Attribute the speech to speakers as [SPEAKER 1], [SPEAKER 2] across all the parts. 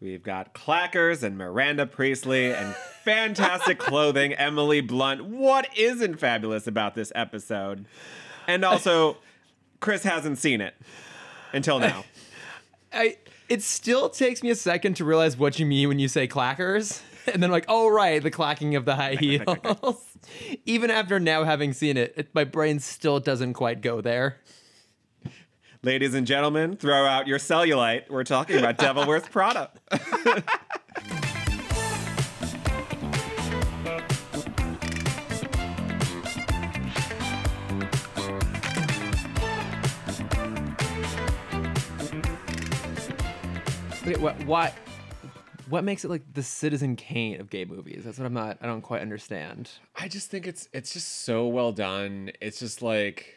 [SPEAKER 1] We've got clackers and Miranda Priestley and fantastic clothing, Emily Blunt. What isn't fabulous about this episode? And also, Chris hasn't seen it until now.
[SPEAKER 2] I it still takes me a second to realize what you mean when you say clackers. And then I'm like, oh right, the clacking of the high heels. Even after now having seen it, it, my brain still doesn't quite go there.
[SPEAKER 1] Ladies and gentlemen, throw out your cellulite. We're talking about Devil Wears Prada.
[SPEAKER 2] Wait, what what what makes it like the Citizen Kane of gay movies? That's what I'm not I don't quite understand.
[SPEAKER 1] I just think it's it's just so well done. It's just like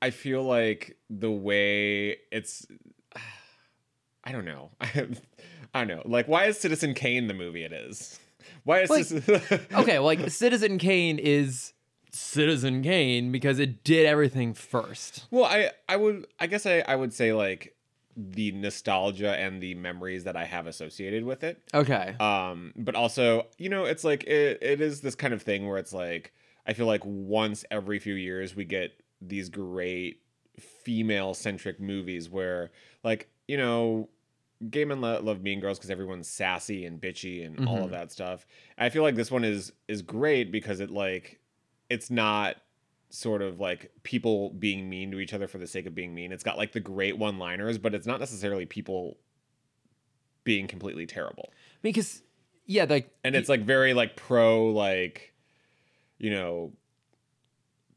[SPEAKER 1] I feel like the way it's I don't know. I don't know. Like why is Citizen Kane the movie it is? Why is
[SPEAKER 2] Like-
[SPEAKER 1] this
[SPEAKER 2] Okay, well, like Citizen Kane is Citizen Kane because it did everything first.
[SPEAKER 1] Well, I I would I guess I I would say like the nostalgia and the memories that I have associated with it.
[SPEAKER 2] Okay.
[SPEAKER 1] um but also you know it's like it, it is this kind of thing where it's like i feel like once every few years we get these great female centric movies where like you know gay men lo- love mean girls because everyone's sassy and bitchy and all of
[SPEAKER 2] Mhm.
[SPEAKER 1] that stuff i feel like this one is is great because it like it's not sort of like people being mean to each other for the sake of being mean it's got like the great one liners but it's not necessarily people being completely terrible
[SPEAKER 2] Because yeah, like
[SPEAKER 1] and it's like very like pro like you know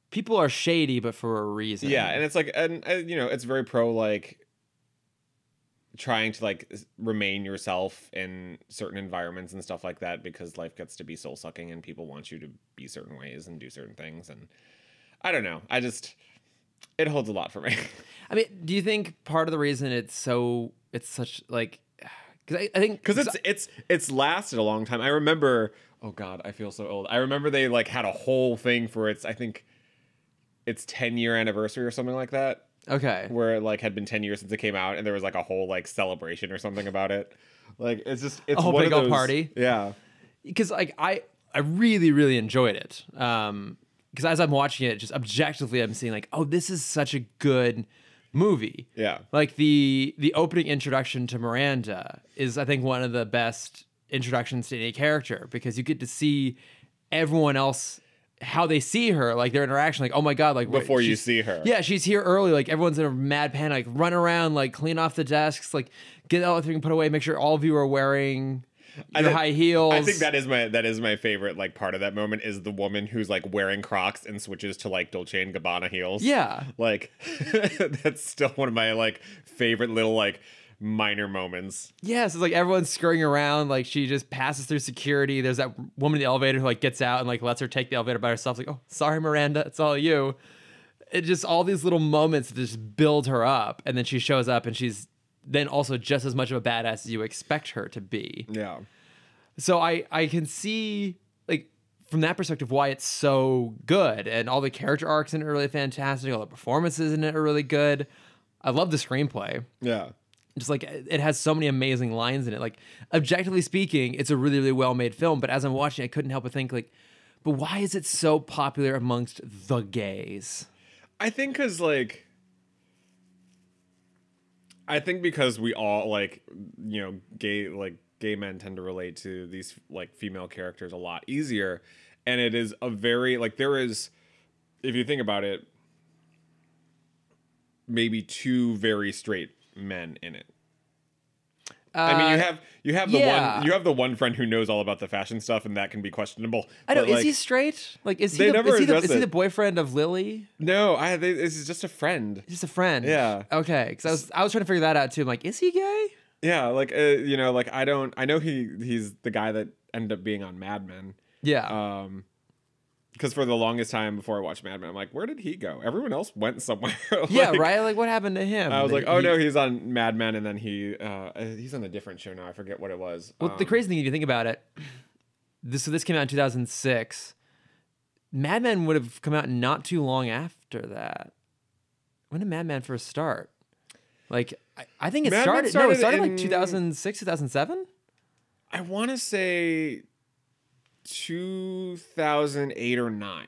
[SPEAKER 2] people are shady but for a reason.
[SPEAKER 1] yeah and it's like and uh, you know it's very pro like trying to like s- remain yourself in certain environments and stuff like that because life gets to be soul sucking and people want you to be certain ways and do certain things and i don't know i just it holds a lot for me
[SPEAKER 2] I mean, do you think part of the reason it's so it's such like because I, I think
[SPEAKER 1] because it's it's it's lasted a long time. I remember. Oh God, I feel so old. I remember they like had a whole thing for its. I think its ten year anniversary or something like that,
[SPEAKER 2] okay.
[SPEAKER 1] where it like had been ten years since it came out, and there was like a whole like celebration or something about it. Like it's just it's
[SPEAKER 2] A whole
[SPEAKER 1] one
[SPEAKER 2] big
[SPEAKER 1] of
[SPEAKER 2] old
[SPEAKER 1] those-
[SPEAKER 2] party?
[SPEAKER 1] Yeah,
[SPEAKER 2] because like I I really really enjoyed it. Um, because as I'm watching it, just objectively, I'm seeing like, oh, this is such a good movie.
[SPEAKER 1] yeah.
[SPEAKER 2] Like the the opening introduction to Miranda is I think one of the best introductions to any character because you get to see everyone else how they see her, like their interaction, like oh my god, like wait,
[SPEAKER 1] Before you
[SPEAKER 2] she's-
[SPEAKER 1] see her.
[SPEAKER 2] yeah, she's here early. Like everyone's in a mad panic. Like, run around, like clean off the desks, like get everything put away. Make sure all of you are wearing
[SPEAKER 1] I
[SPEAKER 2] your
[SPEAKER 1] think-
[SPEAKER 2] high heels.
[SPEAKER 1] I think that is my that is my favorite like part of that moment is the woman who's like wearing Crocs and switches to like Dolce and Gabbana heels.
[SPEAKER 2] Yeah.
[SPEAKER 1] like that's still one of my like favorite little like minor moments.
[SPEAKER 2] Yes, it's like everyone's scurrying around. Like she just passes through security. There's that woman in the elevator who like gets out and like lets her take the elevator by herself. It's like, oh, sorry, Miranda, it's all you. It just all these little moments that just build her up, and then she shows up and she's then also just as much of a badass as you expect her to be.
[SPEAKER 1] Yeah.
[SPEAKER 2] So I I can see like from that perspective why it's so good and all the character arcs in it are really fantastic. All the performances in it are really good. I love the screenplay
[SPEAKER 1] Yeah.
[SPEAKER 2] just like it has so many amazing lines in it. Like objectively speaking, it's a really really well made film. But as I'm watching, I couldn't help but think like, but why is it so popular amongst the gays?
[SPEAKER 1] I think because like I think because we all like you know gay like gay men tend to relate to these like female characters a lot easier, and it is a very like there is if you think about it maybe two very straight men in it.
[SPEAKER 2] Uh,
[SPEAKER 1] I mean, you have you have the
[SPEAKER 2] yeah.
[SPEAKER 1] one you have the one friend who knows all about the fashion stuff, and that can be questionable.
[SPEAKER 2] I don't.
[SPEAKER 1] But,
[SPEAKER 2] is
[SPEAKER 1] like,
[SPEAKER 2] he straight? Like, is he,
[SPEAKER 1] They
[SPEAKER 2] the,
[SPEAKER 1] never
[SPEAKER 2] is, he the,
[SPEAKER 1] address
[SPEAKER 2] is he
[SPEAKER 1] it.
[SPEAKER 2] the boyfriend of Lily?
[SPEAKER 1] no? I they- this is just a friend.
[SPEAKER 2] He's just a friend.
[SPEAKER 1] Yeah.
[SPEAKER 2] Okay. Because I was I was trying to figure that out too. I'm like, is he gay?
[SPEAKER 1] Yeah, like uh, you know, like I don't. I know he he's the guy that ended up being on Mad Men.
[SPEAKER 2] Yeah.
[SPEAKER 1] Um, because for the longest time before I watched Mad Men, I'm like, where did he go? Everyone else went somewhere.
[SPEAKER 2] yeah.
[SPEAKER 1] Like,
[SPEAKER 2] right. Like, what happened to him?
[SPEAKER 1] I was
[SPEAKER 2] That
[SPEAKER 1] like, oh
[SPEAKER 2] he-
[SPEAKER 1] no, he's on Mad Men, and then he uh, uh, he's on a different show now. I forget what it was.
[SPEAKER 2] Well,
[SPEAKER 1] Um,
[SPEAKER 2] the crazy thing, if you think about it, this so this came out in 2006. Mad Men would have come out not too long after that. When did Mad Men first start? Like I, I think it
[SPEAKER 1] Mad Men
[SPEAKER 2] started, No,
[SPEAKER 1] started
[SPEAKER 2] it started
[SPEAKER 1] in-
[SPEAKER 2] like 2006, 2007.
[SPEAKER 1] I want to say 2008 or 9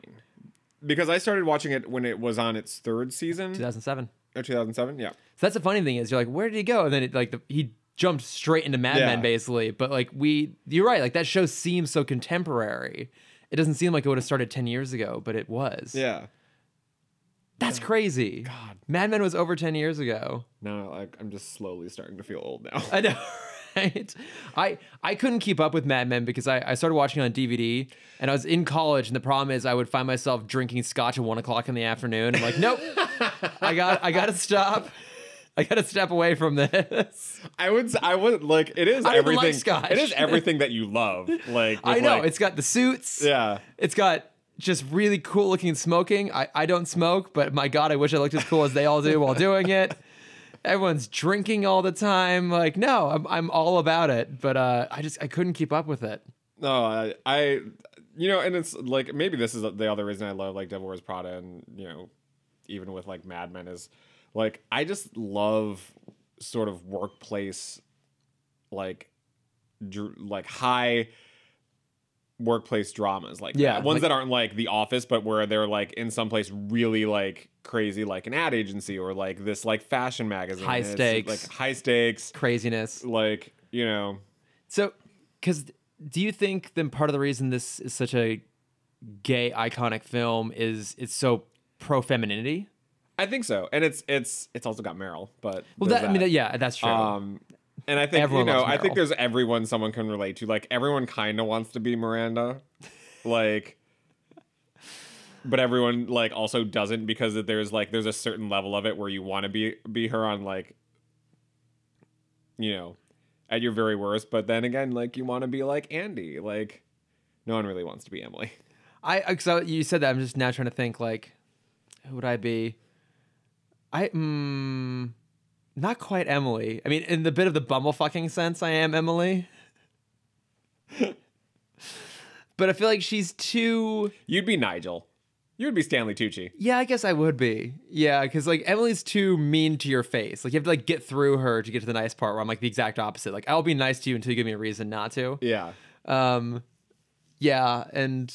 [SPEAKER 1] because I started watching it when it was on its third season
[SPEAKER 2] 2007.
[SPEAKER 1] or 2007. Yeah.
[SPEAKER 2] So that's the funny thing is you're like, where did he go? And then it, like the, he jumped straight into Mad
[SPEAKER 1] Yeah.
[SPEAKER 2] Men basically. But like we, you're right. Like that show seems so contemporary. It doesn't seem like it would have started 10 years ago, but it was.
[SPEAKER 1] Yeah.
[SPEAKER 2] That's crazy. God. Mad Men was over 10 years ago.
[SPEAKER 1] Now like I'm just slowly starting to feel old now.
[SPEAKER 2] I know. Right? I I couldn't keep up with Mad Men because I, I started watching it on DVD and I was in college and the problem is I would find myself drinking scotch at one o'clock in the afternoon. I'm like, nope, I got I gotta stop. I gotta step away from this.
[SPEAKER 1] I would s- I would like it is
[SPEAKER 2] I don't like
[SPEAKER 1] everything
[SPEAKER 2] scotch.
[SPEAKER 1] it is everything that you love. Like
[SPEAKER 2] I
[SPEAKER 1] with,
[SPEAKER 2] know
[SPEAKER 1] like-
[SPEAKER 2] it's got the suits.
[SPEAKER 1] yeah.
[SPEAKER 2] It's got just really cool looking smoking. I, I don't smoke, but my God, I wish I looked as cool as they all do while doing it. Everyone's drinking all the time. Like, no, I'm, I'm all about it. But uh, I just, I couldn't keep up with it.
[SPEAKER 1] No, I, I, you know, and it's like maybe this is the other reason I love like Devil Wears Prada, and you know, even with like Mad Men is like I just love sort of workplace, like, dr- like high workplace dramas like
[SPEAKER 2] Yeah,
[SPEAKER 1] that. ones
[SPEAKER 2] like-
[SPEAKER 1] that aren't like The Office, but where they're like in some place really like crazy, like an ad agency or like this like fashion magazine,
[SPEAKER 2] High
[SPEAKER 1] It's,
[SPEAKER 2] stakes.
[SPEAKER 1] like high stakes,
[SPEAKER 2] Craziness.
[SPEAKER 1] like you know,
[SPEAKER 2] So, because do you think then part of the reason this is such a gay iconic film is it's so pro femininity?
[SPEAKER 1] I think so, and it's it's it's also got Meryl, but
[SPEAKER 2] Well,
[SPEAKER 1] there's
[SPEAKER 2] that, I mean, yeah, that's true.
[SPEAKER 1] um, and I think
[SPEAKER 2] Everyone
[SPEAKER 1] you know,
[SPEAKER 2] loves
[SPEAKER 1] I think
[SPEAKER 2] Meryl.
[SPEAKER 1] there's everyone someone can relate to. Like everyone kind of wants to be Miranda, like, but everyone like also doesn't because that there's like there's a certain level of it where you want to be be her on like, you know, at your very worst. But then again, like you want to be like Andy, like. No one really wants to be Emily.
[SPEAKER 2] I because I, you said that I'm just now trying to think like, who would I be? I mm, not quite Emily. I mean, in the bit of the bumble fucking sense, I am Emily. but I feel like she's too.
[SPEAKER 1] You'd be Nigel. You would be Stanley Tucci.
[SPEAKER 2] Yeah, I guess I would be. Yeah, because like Emily's too mean to your face. Like you have to like get through her to get to the nice part. Where I'm like the exact opposite. Like I'll be nice to you until you give me a reason not to.
[SPEAKER 1] Yeah.
[SPEAKER 2] Um, yeah, and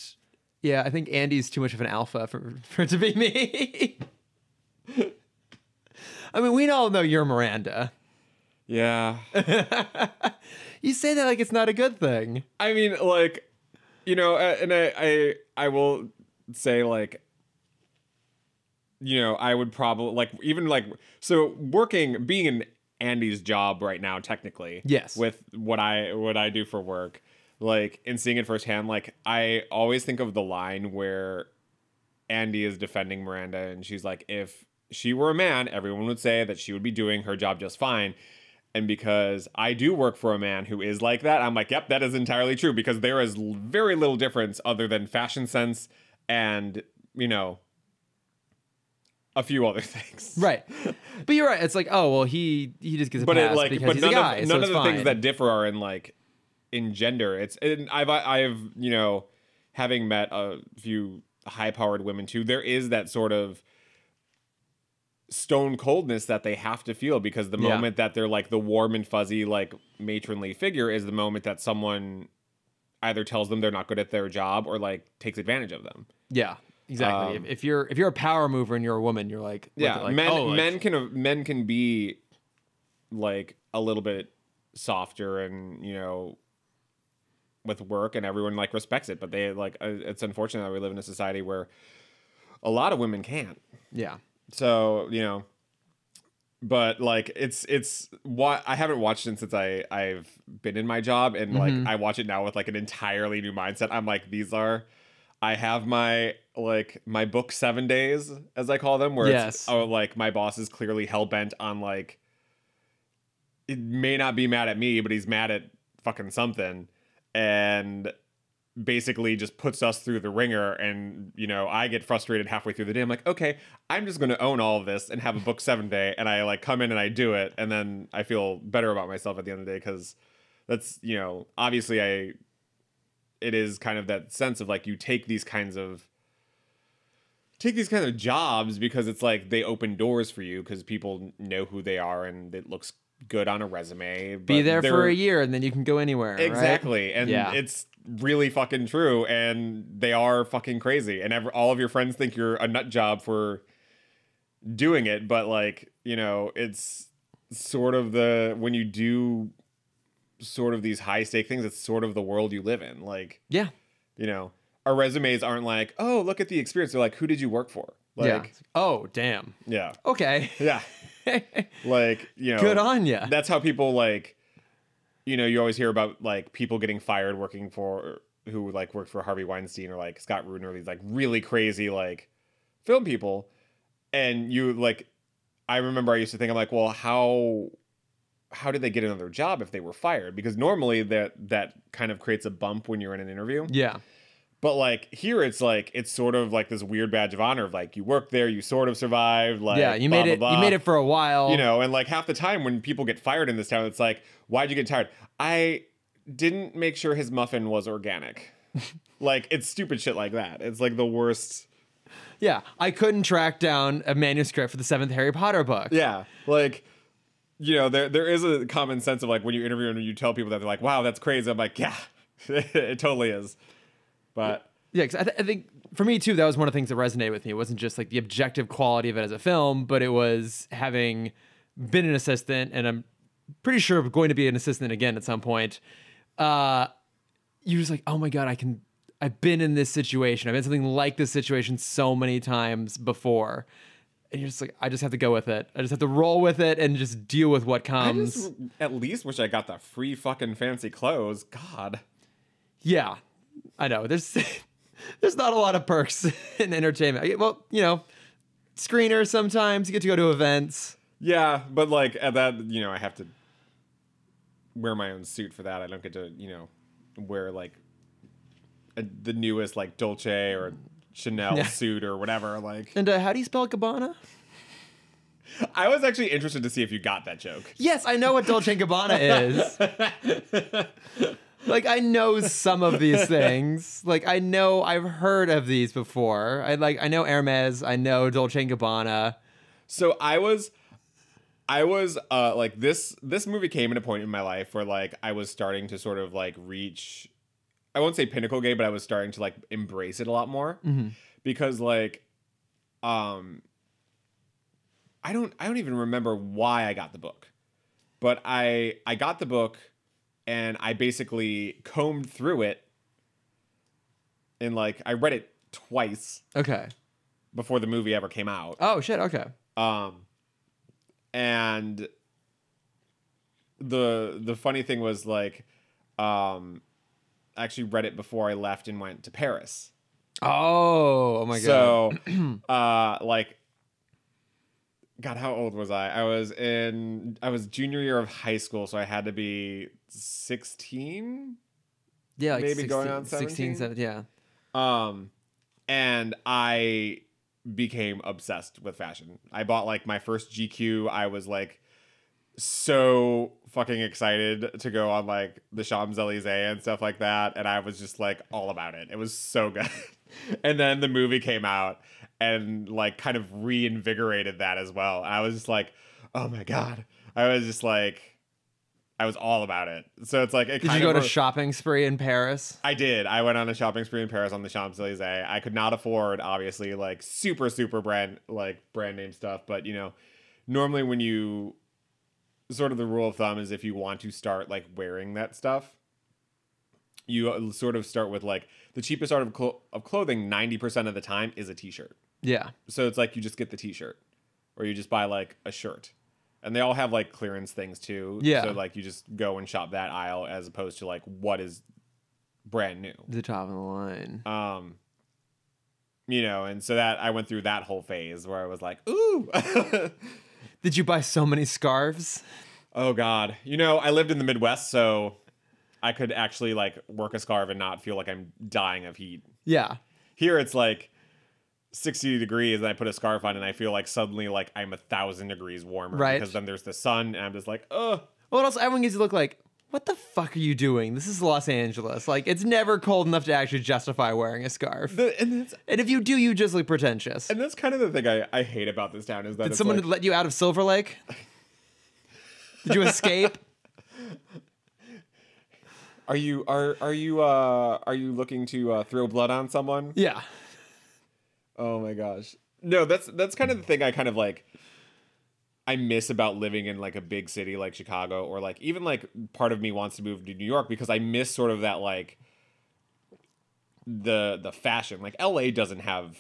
[SPEAKER 2] yeah, I think Andy's too much of an alpha for for it to be me. I mean, we all know you're Miranda.
[SPEAKER 1] Yeah.
[SPEAKER 2] You say that like it's not a good thing.
[SPEAKER 1] I mean, like, you know, uh, and I, I, I will say, like, you know, I would probably like even like so working being in Andy's job right now, technically,
[SPEAKER 2] Yes.
[SPEAKER 1] with what I what I do for work, like, and seeing it firsthand, like, I always think of the line where Andy is defending Miranda, and she's like, if she were a man, everyone would say that she would be doing her job just fine. And because I do work for a man who is like that, I'm like, yep, that is entirely true because there is l- very little difference other than fashion sense and, you know, a few other things.
[SPEAKER 2] Right. But you're right. It's like, oh well, he he just gets a
[SPEAKER 1] But
[SPEAKER 2] pass
[SPEAKER 1] it like
[SPEAKER 2] because
[SPEAKER 1] but
[SPEAKER 2] he's
[SPEAKER 1] none
[SPEAKER 2] a guy.
[SPEAKER 1] of
[SPEAKER 2] so
[SPEAKER 1] none
[SPEAKER 2] it's
[SPEAKER 1] of the things
[SPEAKER 2] fine.
[SPEAKER 1] that differ are in like in gender. It's and I've I- I've, you know, having met a few high-powered women too, there is that sort of stone coldness that they have to feel because the
[SPEAKER 2] Yeah.
[SPEAKER 1] moment that they're like the warm and fuzzy like matronly figure is the moment that someone either tells them they're not good at their job or like takes advantage of them.
[SPEAKER 2] Yeah, exactly.
[SPEAKER 1] Um,
[SPEAKER 2] if, if you're if you're a power mover and you're a woman, you're like with
[SPEAKER 1] Yeah,
[SPEAKER 2] it, like,
[SPEAKER 1] men
[SPEAKER 2] oh, like-
[SPEAKER 1] men can men can be like a little bit softer and you know with work and everyone like respects it, but they like uh, it's unfortunate that we live in a society where a lot of women can't.
[SPEAKER 2] Yeah,
[SPEAKER 1] So you know, but like it's it's what I haven't watched it since I I've been in my job, and
[SPEAKER 2] Mhm.
[SPEAKER 1] like I watch it now with like an entirely new mindset. I'm like these are. I have my like my book seven days as I call them, where
[SPEAKER 2] Yes.
[SPEAKER 1] it's oh like my boss is clearly hell bent on like it may not be mad at me, but he's mad at fucking something, and basically just puts us through the ringer and you know i get frustrated halfway through the day i'm like okay i'm just going to own all of this and have a book seven day and i like come in and i do it and then i feel better about myself at the end of the day because that's you know obviously i it is kind of that sense of like you take these kinds of take these kind of jobs because it's like they open doors for you because people know who they are and it looks good on a resume.
[SPEAKER 2] Be
[SPEAKER 1] but
[SPEAKER 2] there for
[SPEAKER 1] they're-
[SPEAKER 2] a year and then you can go anywhere. right?
[SPEAKER 1] Exactly. And
[SPEAKER 2] Yeah.
[SPEAKER 1] it's really fucking true. And they are fucking crazy. And ev- all of your friends think you're a nut job for doing it. But, like, you know, it's sort of the when you do sort of these high stake things, it's sort of the world you live in. Like,
[SPEAKER 2] Yeah.
[SPEAKER 1] you know, our resumes aren't like, oh, look at the experience. They're like, who did you work for?
[SPEAKER 2] yeah.
[SPEAKER 1] Like,
[SPEAKER 2] Oh, damn.
[SPEAKER 1] yeah.
[SPEAKER 2] Okay.
[SPEAKER 1] Yeah.
[SPEAKER 2] Good
[SPEAKER 1] Like, you know,
[SPEAKER 2] on you.
[SPEAKER 1] that's how people like you know you always hear about like people getting fired working for who like worked for harvey weinstein or like scott rudin or these like really crazy like film people and you like i remember i used to think i'm like well how how did they get another job if they were fired because normally that that kind of creates a bump when you're in an interview
[SPEAKER 2] Yeah.
[SPEAKER 1] but like here it's like it's sort of like this weird badge of honor of like you worked there you sort of survived like
[SPEAKER 2] yeah. You
[SPEAKER 1] blah,
[SPEAKER 2] made
[SPEAKER 1] blah,
[SPEAKER 2] it.
[SPEAKER 1] blah
[SPEAKER 2] You made it for a while.
[SPEAKER 1] you know and like half the time when people get fired in this town it's like why'd you get tired i didn't make sure his muffin was organic like it's stupid shit like that it's like the worst
[SPEAKER 2] Yeah. I couldn't track down a manuscript for the seventh Harry Potter book.
[SPEAKER 1] yeah like you know there there is a common sense of like when you interview and you tell people that they're like wow that's crazy i'm like yeah it totally is but
[SPEAKER 2] Yeah, 'cause I, th- I think for me too, that was one of the things that resonated with me. It wasn't just like the objective quality of it as a film, but it was having been an assistant, and I'm pretty sure I'm going to be an assistant again at some point. Uh, you're just like, oh my god, I can. I've been in this situation. I've been in something like this situation so many times before, and you're just like, I just have to go with it. I just have to roll with it and just deal with what
[SPEAKER 1] i
[SPEAKER 2] comes.
[SPEAKER 1] just at least wish i got the free fucking fancy clothes god
[SPEAKER 2] Yeah, I know. There's there's not a lot of perks in entertainment. I- Well, you know, screeners sometimes you get to go to events.
[SPEAKER 1] Yeah, but like at that, you know, I have to wear my own suit for that. I don't get to, you know, wear like a, the newest like Dolce or Chanel
[SPEAKER 2] Yeah.
[SPEAKER 1] suit or whatever. Like,
[SPEAKER 2] And uh, how do you spell Gabbana?
[SPEAKER 1] I was actually interested to see if you got that joke.
[SPEAKER 2] Yes, I know what Dolce & Gabbana is. like I know some of these things. Like I know I've heard of these before. I like I know Hermes. I know Dolce & Gabbana.
[SPEAKER 1] So I was, I was uh like this. This movie came at a point in my life where like I was starting to sort of like reach. I won't say pinnacle gay, but I was starting to like embrace it a lot more.
[SPEAKER 2] Mhm.
[SPEAKER 1] because like um i don't i don't even remember why i got the book but i i got the book and i basically combed through it and like i read it twice
[SPEAKER 2] Okay.
[SPEAKER 1] before the movie ever came out
[SPEAKER 2] Oh shit. Okay.
[SPEAKER 1] um, and the the funny thing was like, um, I actually read it before I left and went to Paris.
[SPEAKER 2] Oh. Oh my god.
[SPEAKER 1] so, uh, like, God, how old was I? I was in I was junior year of high school, so I had to be sixteen.
[SPEAKER 2] Yeah. Like
[SPEAKER 1] maybe
[SPEAKER 2] 16,
[SPEAKER 1] going on 17?
[SPEAKER 2] 16, 17, yeah.
[SPEAKER 1] Um, and I became obsessed with fashion. I bought like my first GQ. I was like so fucking excited to go on like the Champs Elysees and stuff like that. And I was just like all about it. It was so good. and then the movie came out and like kind of reinvigorated that as well. And I was just like, oh my God. I was just like, I was all about it. So it's like, it
[SPEAKER 2] Did
[SPEAKER 1] kind
[SPEAKER 2] you go
[SPEAKER 1] of
[SPEAKER 2] to
[SPEAKER 1] re-
[SPEAKER 2] shopping spree in Paris?
[SPEAKER 1] I did. I went on a shopping spree in Paris on the Champs Elysees. I could not afford, obviously, like super super brand like brand name stuff. But you know, normally when you sort of the rule of thumb is if you want to start like wearing that stuff, you uh, sort of start with like the cheapest art of, clo- of clothing. Ninety percent of the time is a T-shirt.
[SPEAKER 2] Yeah.
[SPEAKER 1] So it's like you just get the T-shirt, or you just buy like a shirt, and they all have like clearance things too.
[SPEAKER 2] Yeah.
[SPEAKER 1] So like you just go and shop that aisle as opposed to like what is brand new.
[SPEAKER 2] the top of the line.
[SPEAKER 1] um you know and so that i went through that whole phase where i was like ooh
[SPEAKER 2] Did you buy so many scarves?
[SPEAKER 1] oh god you know i lived in the midwest so i could actually like work a scarf and not feel like i'm dying of heat
[SPEAKER 2] Yeah.
[SPEAKER 1] here it's like 60 degrees and i put a scarf on and i feel like suddenly like i'm a thousand degrees warmer
[SPEAKER 2] Right.
[SPEAKER 1] because then there's the sun and i'm just like oh
[SPEAKER 2] Well, and also everyone gets to look like what the fuck are you doing? This is Los Angeles. Like, it's never cold enough to actually justify wearing a scarf.
[SPEAKER 1] The, and that's
[SPEAKER 2] And if you do, you just look pretentious.
[SPEAKER 1] and that's kind of the thing I, I hate about this town is that
[SPEAKER 2] Did
[SPEAKER 1] it's
[SPEAKER 2] someone
[SPEAKER 1] like,
[SPEAKER 2] let you out of Silver Lake? Did you escape?
[SPEAKER 1] are you are are you uh are you looking to uh, throw blood on someone?
[SPEAKER 2] yeah.
[SPEAKER 1] Oh my gosh. No, that's that's kind of the thing I kind of like I miss about living in like a big city like Chicago or like even like part of me wants to move to New York because I miss sort of that like the the fashion. Like LA doesn't have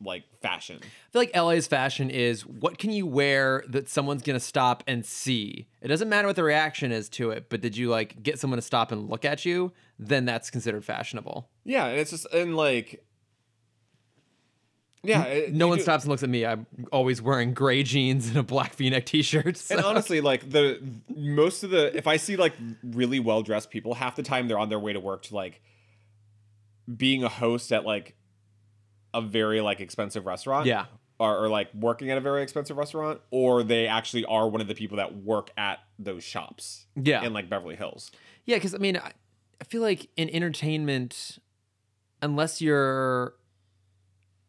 [SPEAKER 1] like fashion.
[SPEAKER 2] I feel like LA's fashion is what can you wear that someone's gonna stop and see. It doesn't matter what the reaction is to it, but did you like get someone to stop and look at you? Then that's considered fashionable.
[SPEAKER 1] Yeah, and it's just and like Yeah, it-
[SPEAKER 2] No
[SPEAKER 1] you
[SPEAKER 2] one
[SPEAKER 1] do-
[SPEAKER 2] stops and looks at me. I'm always wearing gray jeans and a black V-neck T-shirt.
[SPEAKER 1] And uh,
[SPEAKER 2] so-
[SPEAKER 1] honestly, like the most of the if I see like really well dressed people, half the time they're on their way to work to like being a host at like a very like expensive restaurant.
[SPEAKER 2] Yeah.
[SPEAKER 1] Or, or like working at a very expensive restaurant, or they actually are one of the people that work at those shops.
[SPEAKER 2] Yeah.
[SPEAKER 1] In like Beverly Hills.
[SPEAKER 2] Yeah, because I mean, I, I feel like in entertainment, unless you're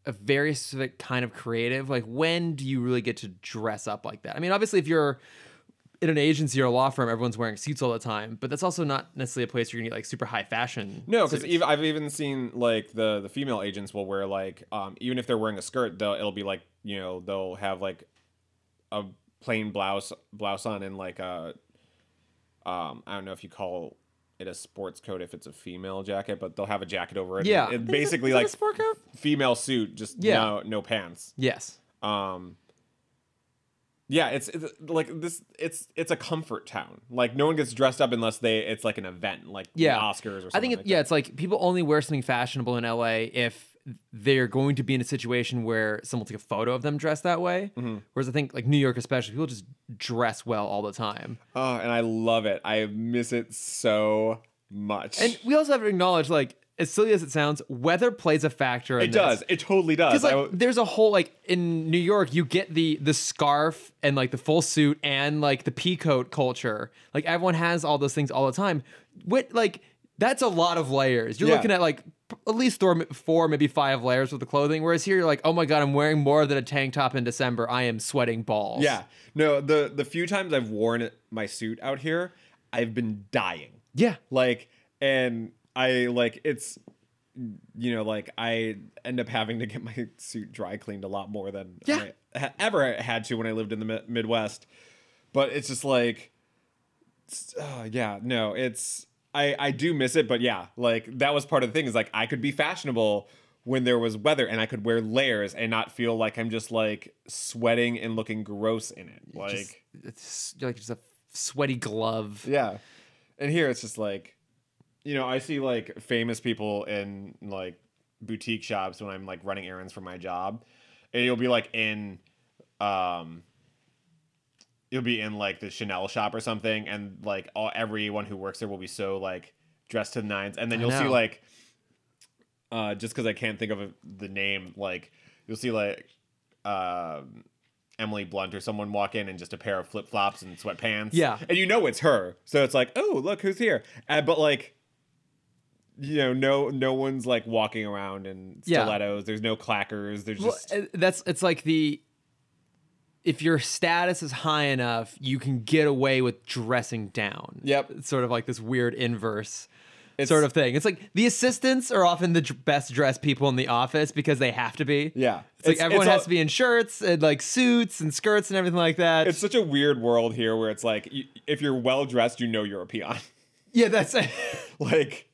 [SPEAKER 2] a very specific kind of creative, like when do you really get to dress up like that? I mean, obviously, if you're in an agency or a law firm, everyone's wearing suits all the time, but that's also not necessarily a place you're gonna get like super high fashion.
[SPEAKER 1] No, because
[SPEAKER 2] suits.
[SPEAKER 1] even, I've even seen like the the female agents will wear like um, even if they're wearing a skirt, they'll it'll be like you know they'll have like a plain blouse blouse on and like a um I don't know if you call it a sports coat if it's a female jacket, but they'll have a jacket over it.
[SPEAKER 2] yeah,
[SPEAKER 1] and
[SPEAKER 2] Is it-
[SPEAKER 1] basically
[SPEAKER 2] is it
[SPEAKER 1] like
[SPEAKER 2] a sport coat?
[SPEAKER 1] female suit, just
[SPEAKER 2] Yeah.
[SPEAKER 1] no no pants.
[SPEAKER 2] Yes,
[SPEAKER 1] Um, yeah, it's, it's like this. It's it's a comfort town. Like no one gets dressed up unless they it's like an event, like the
[SPEAKER 2] Yeah.
[SPEAKER 1] Oscars or something.
[SPEAKER 2] I think it,
[SPEAKER 1] like that.
[SPEAKER 2] yeah, it's like people only wear something fashionable in LA if they're going to be in a situation where someone will take a photo of them dressed that way.
[SPEAKER 1] Mm-hmm.
[SPEAKER 2] Whereas I think like New York especially, people just dress well all the time.
[SPEAKER 1] Oh, and I love it. I miss it so much.
[SPEAKER 2] And we also have to acknowledge like as silly as it sounds, weather plays a factor. In
[SPEAKER 1] it does. It totally does.
[SPEAKER 2] Because like
[SPEAKER 1] I w-
[SPEAKER 2] there's a whole like in New York, you get the the scarf and like the full suit and like the pea coat culture. Like everyone has all those things all the time. With like that's a lot of layers. You're
[SPEAKER 1] Yeah.
[SPEAKER 2] looking at like p- at least four, four, maybe five layers with the clothing. Whereas here, you're like, oh my god, I'm wearing more than a tank top in December. I am sweating balls.
[SPEAKER 1] yeah. No, the the few times I've worn it- my suit out here, I've been dying.
[SPEAKER 2] yeah.
[SPEAKER 1] Like and I like it's you know, like I end up having to get my suit dry cleaned a lot more than
[SPEAKER 2] Yeah.
[SPEAKER 1] I ha- ever had to when I lived in the Mi- Midwest. But it's just like it's- oh, yeah, no, it's I I do miss it, but yeah, like that was part of the thing is like I could be fashionable when there was weather and I could wear layers and not feel like I'm just like sweating and looking gross in it. Like
[SPEAKER 2] Just- it's like just a sweaty glove.
[SPEAKER 1] yeah. And here it's just like, you know, I see like famous people in like boutique shops when I'm like running errands for my job. And you'll be like in, um, you'll be in like the Chanel shop or something. And like all everyone who works there will be so like dressed to the nines. And then
[SPEAKER 2] I
[SPEAKER 1] you'll see
[SPEAKER 2] know.
[SPEAKER 1] like, uh, just because I can't think of the name, like you'll see like, um, Emily Blunt or someone walk in in just a pair of flip flops and sweatpants.
[SPEAKER 2] Yeah.
[SPEAKER 1] And you know it's her. So it's like, oh, look who's here. Uh, but like, you know, no no one's like walking around in
[SPEAKER 2] Yeah.
[SPEAKER 1] stilettos. There's no clackers. There's
[SPEAKER 2] Well,
[SPEAKER 1] just
[SPEAKER 2] uh, that's it's like the if your status is high enough, you can get away with dressing down.
[SPEAKER 1] Yep.
[SPEAKER 2] It's sort of like this weird inverse
[SPEAKER 1] It's-
[SPEAKER 2] sort of thing. It's like the assistants are often the dr- best dressed people in the office because they have to be.
[SPEAKER 1] yeah.
[SPEAKER 2] It's, like everyone
[SPEAKER 1] all-
[SPEAKER 2] has to be in shirts and like suits and skirts and everything like that.
[SPEAKER 1] It's such a weird world here where it's like y if you're well dressed, you know you're a peon.
[SPEAKER 2] yeah, that's
[SPEAKER 1] like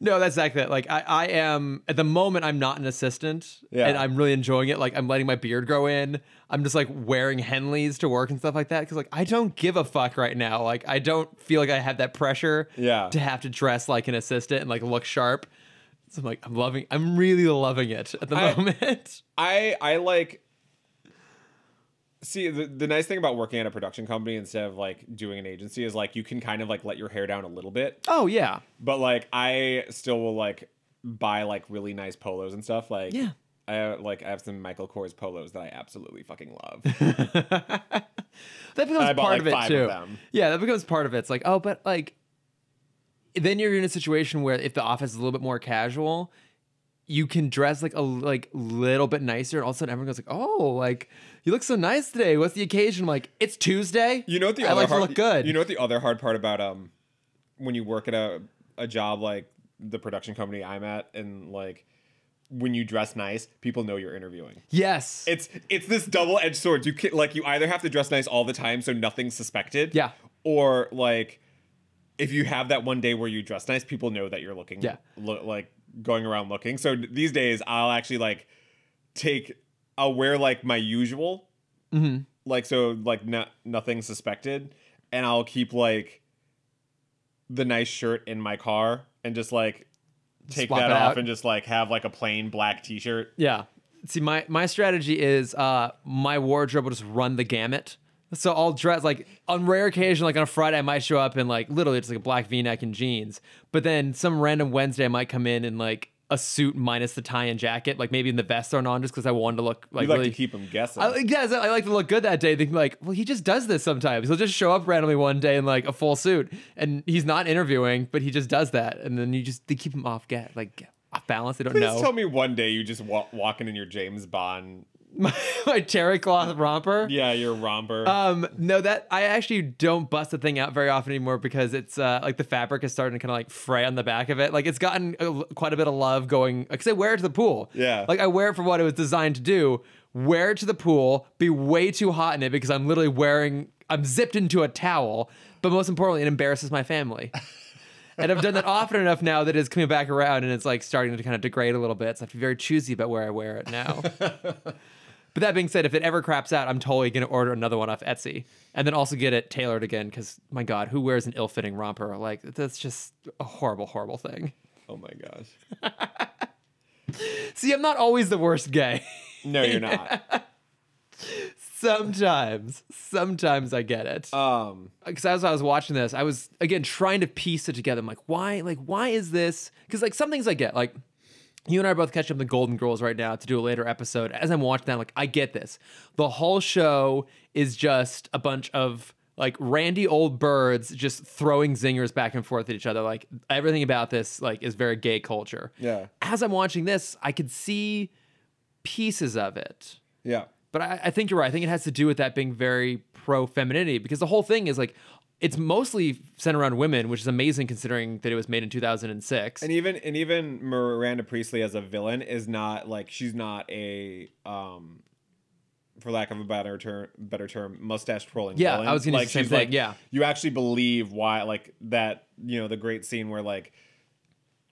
[SPEAKER 2] No, that's exactly it. Like I, I am at the moment I'm not an assistant.
[SPEAKER 1] Yeah.
[SPEAKER 2] And I'm really enjoying it. Like I'm letting my beard grow in. I'm just like wearing Henleys to work and stuff like that. Cause like I don't give a fuck right now. Like I don't feel like I have that pressure
[SPEAKER 1] Yeah.
[SPEAKER 2] to have to dress like an assistant and like look sharp. So I'm like, I'm loving I'm really loving it at the
[SPEAKER 1] I-
[SPEAKER 2] moment.
[SPEAKER 1] I I like see the, the nice thing about working at a production company instead of like doing an agency is like you can kind of like let your hair down a little bit
[SPEAKER 2] oh yeah.
[SPEAKER 1] But like I still will like buy like really nice polos and stuff. Like
[SPEAKER 2] Yeah.
[SPEAKER 1] I like I have some Michael Kors polos that I absolutely fucking love.
[SPEAKER 2] that becomes
[SPEAKER 1] I bought,
[SPEAKER 2] part
[SPEAKER 1] like,
[SPEAKER 2] of it
[SPEAKER 1] five
[SPEAKER 2] too.
[SPEAKER 1] of them.
[SPEAKER 2] Yeah, that becomes part of it. It's like, oh, but like, then you're in a situation where if the office is a little bit more casual, you can dress like a like little bit nicer, and all of a sudden everyone goes like, oh, like you look so nice today. What's the occasion? I'm like, it's Tuesday.
[SPEAKER 1] You know what the
[SPEAKER 2] I
[SPEAKER 1] other
[SPEAKER 2] like
[SPEAKER 1] hard,
[SPEAKER 2] to look good.
[SPEAKER 1] You know what the other hard part about um when you work at a a job like the production company I'm at and like when you dress nice, people know you're interviewing.
[SPEAKER 2] yes.
[SPEAKER 1] It's it's this double edged sword. You can, like you either have to dress nice all the time so nothing's suspected.
[SPEAKER 2] Yeah.
[SPEAKER 1] Or like if you have that one day where you dress nice, people know that you're looking
[SPEAKER 2] Yeah.
[SPEAKER 1] lo- like going around looking. So these days I'll actually like take I'll wear like my usual
[SPEAKER 2] hmm
[SPEAKER 1] like so like not nothing suspected and i'll keep like the nice shirt in my car and just like take
[SPEAKER 2] Swap
[SPEAKER 1] that
[SPEAKER 2] it
[SPEAKER 1] off
[SPEAKER 2] out.
[SPEAKER 1] and just like have like a plain black t-shirt
[SPEAKER 2] Yeah. See, my my strategy is uh my wardrobe will just run the gamut. So I'll dress like on rare occasion, like on a Friday, I might show up in like literally just like a black V-neck and jeans. But then some random Wednesday, I might come in in like a suit minus the tie and jacket, like maybe in the vest thrown on just because I wanted to look like
[SPEAKER 1] you like
[SPEAKER 2] really.
[SPEAKER 1] to keep them guessing
[SPEAKER 2] I, like- yeah, I like to look good that day. They can be like, well, he just does this sometimes. He'll just show up randomly one day in like a full suit, and he's not interviewing, but he just does that. And then you just they keep him off get like off balance. They don't
[SPEAKER 1] please
[SPEAKER 2] know.
[SPEAKER 1] tell me one day you just wa- walking in your james bond
[SPEAKER 2] my, my terry cloth romper.
[SPEAKER 1] yeah your romper
[SPEAKER 2] Um, no, that I actually don't bust the thing out very often anymore because it's uh, like the fabric is starting to kind of like fray on the back of it. Like it's gotten uh, quite a bit of love going because I wear it to the pool.
[SPEAKER 1] Yeah.
[SPEAKER 2] like I wear it for what it was designed to do: wear it to the pool, be way too hot in it because I'm literally wearing I'm zipped into a towel. But most importantly, it embarrasses my family. and I've done that often enough now that it's coming back around and it's like starting to kind of degrade a little bit. So I have to be very choosy about where I wear it now. but that being said, if it ever craps out, I'm totally going to order another one off Etsy and then also get it tailored again because my God, who wears an ill fitting romper? Like, that's just a horrible, horrible thing.
[SPEAKER 1] oh my gosh
[SPEAKER 2] See, I'm not always the worst gay.
[SPEAKER 1] no you're not
[SPEAKER 2] sometimes, sometimes I get it.
[SPEAKER 1] um
[SPEAKER 2] because as I was watching this, I was again trying to piece it together. I'm like, why? Like, why is this? Because like some things I get, like you and I are both catching up the Golden Girls right now to do a later episode. As I'm watching that, I'm like, I get this. The whole show is just a bunch of like randy old birds just throwing zingers back and forth at each other. Like everything about this like is very gay culture.
[SPEAKER 1] Yeah.
[SPEAKER 2] As I'm watching this, I could see pieces of it.
[SPEAKER 1] yeah
[SPEAKER 2] But I, I think you're right. I think it has to do with that being very pro femininity because the whole thing is like it's mostly centered around women, which is amazing considering that it was made in 2006.
[SPEAKER 1] and even and even miranda priestley as a villain is not like she's not a um for lack of a better term better term mustache twirling
[SPEAKER 2] Yeah,
[SPEAKER 1] villain.
[SPEAKER 2] I was gonna
[SPEAKER 1] like
[SPEAKER 2] say the same
[SPEAKER 1] she's
[SPEAKER 2] thing,
[SPEAKER 1] like
[SPEAKER 2] yeah.
[SPEAKER 1] you actually believe why like that you know the great scene where like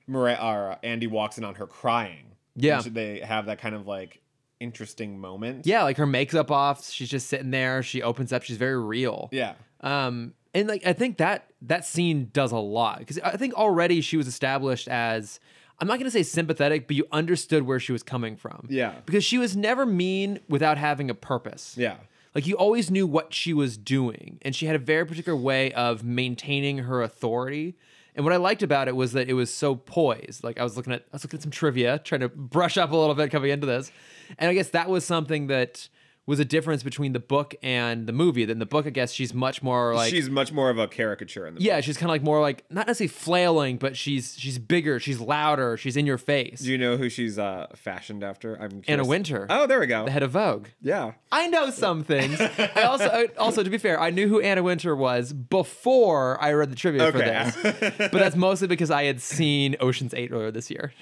[SPEAKER 1] Mira- or uh, andy walks in on her crying
[SPEAKER 2] Yeah.
[SPEAKER 1] And she- they have that kind of like interesting moment
[SPEAKER 2] yeah, like her makeup off, she's just sitting there. She opens up. She's very real.
[SPEAKER 1] yeah
[SPEAKER 2] Um, and like I think that that scene does a lot because I think already she was established as I'm not gonna say sympathetic, but you understood where she was coming from.
[SPEAKER 1] Yeah.
[SPEAKER 2] because she was never mean without having a purpose.
[SPEAKER 1] yeah
[SPEAKER 2] Like you always knew what she was doing, and she had a very particular way of maintaining her authority. And what I liked about it was that it was so poised. Like I was looking at, I was looking at some trivia, trying to brush up a little bit coming into this, and I guess that was something that was a difference between the book and the movie. Then the book, I guess, she's much more like
[SPEAKER 1] she's much more of a caricature in the
[SPEAKER 2] yeah, she's kind of like more like not necessarily flailing, but she's she's bigger, she's louder, she's in your face.
[SPEAKER 1] do you know who she's uh fashioned after i'm
[SPEAKER 2] Anna
[SPEAKER 1] curious.
[SPEAKER 2] Winter,
[SPEAKER 1] oh there we go
[SPEAKER 2] the head of Vogue.
[SPEAKER 1] yeah
[SPEAKER 2] I know some things. I also, I- also to be fair, I knew who Anna Winter was before I read the trivia for
[SPEAKER 1] Okay.
[SPEAKER 2] this. But that's mostly because I had seen Ocean's Eight earlier this year.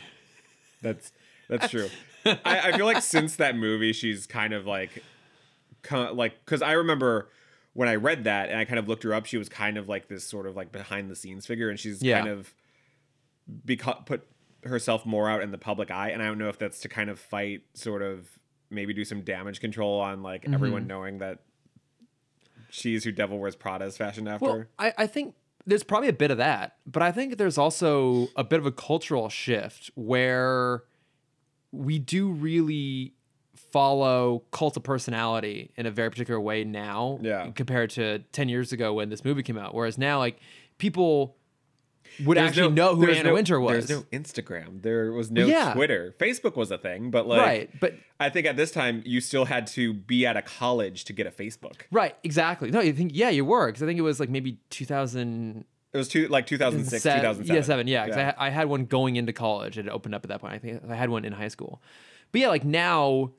[SPEAKER 1] That's that's true. I, I feel like since that movie, she's kind of like, kind like because I remember when I read that and I kind of looked her up, she was kind of like this sort of like behind the scenes figure, and she's
[SPEAKER 2] Yeah.
[SPEAKER 1] kind of beca- put herself more out in the public eye. And I don't know if that's to kind of fight, sort of maybe do some damage control on like
[SPEAKER 2] Mm-hmm.
[SPEAKER 1] everyone knowing that she's who Devil Wears Prada is fashioned after.
[SPEAKER 2] Well, I, I think there's probably a bit of that, but I think there's also a bit of a cultural shift where we do really follow cult of personality in a very particular way now
[SPEAKER 1] Yeah.
[SPEAKER 2] compared to 10 years ago when this movie came out. Whereas now, like, people would
[SPEAKER 1] There's
[SPEAKER 2] actually
[SPEAKER 1] no-
[SPEAKER 2] know who
[SPEAKER 1] there's
[SPEAKER 2] Anna
[SPEAKER 1] no-
[SPEAKER 2] Winter was.
[SPEAKER 1] There's no Instagram. There was no
[SPEAKER 2] Yeah.
[SPEAKER 1] Twitter. Facebook was a thing, but like
[SPEAKER 2] right, but
[SPEAKER 1] I think at this time you still had to be at a college to get a Facebook.
[SPEAKER 2] right, exactly. No, you think yeah, you were because I think it was like maybe 2000.
[SPEAKER 1] It was two like 2006,
[SPEAKER 2] Seven-
[SPEAKER 1] 2007.
[SPEAKER 2] Yeah, seven. Yeah, because
[SPEAKER 1] Yeah.
[SPEAKER 2] I, I had one going into college. It had opened up at that point. I think I had one in high school. But yeah, like now,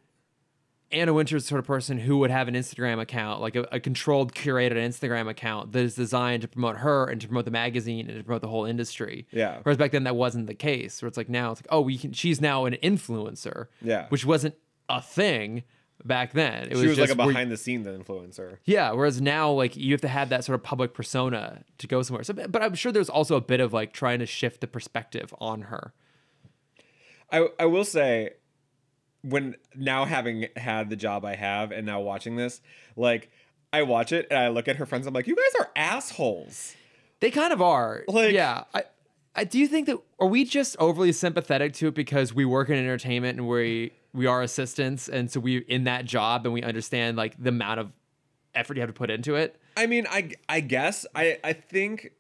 [SPEAKER 2] Anna Winter's the sort of person who would have an Instagram account, like a, a controlled, curated Instagram account that is designed to promote her and to promote the magazine and to promote the whole industry.
[SPEAKER 1] Yeah.
[SPEAKER 2] Whereas back then that wasn't the case. Where it's like now it's like oh we can she's now an influencer.
[SPEAKER 1] Yeah.
[SPEAKER 2] Which wasn't a thing back then. It
[SPEAKER 1] She was like a
[SPEAKER 2] just where-
[SPEAKER 1] behind the scenes influencer.
[SPEAKER 2] yeah. Whereas now, like you have to have that sort of public persona to go somewhere. So, but I'm sure there's also a bit of like trying to shift the perspective on her.
[SPEAKER 1] I I will say when now having had the job I have and now watching this, like I watch it and I look at her friends, I'm like, you guys are assholes.
[SPEAKER 2] They kind of are.
[SPEAKER 1] Like-
[SPEAKER 2] yeah. I, I do you think that are we just overly sympathetic to it because we work in entertainment and we we are assistants and so we in that job and we understand like the amount of effort you have to put into it.
[SPEAKER 1] I mean, I I guess I I think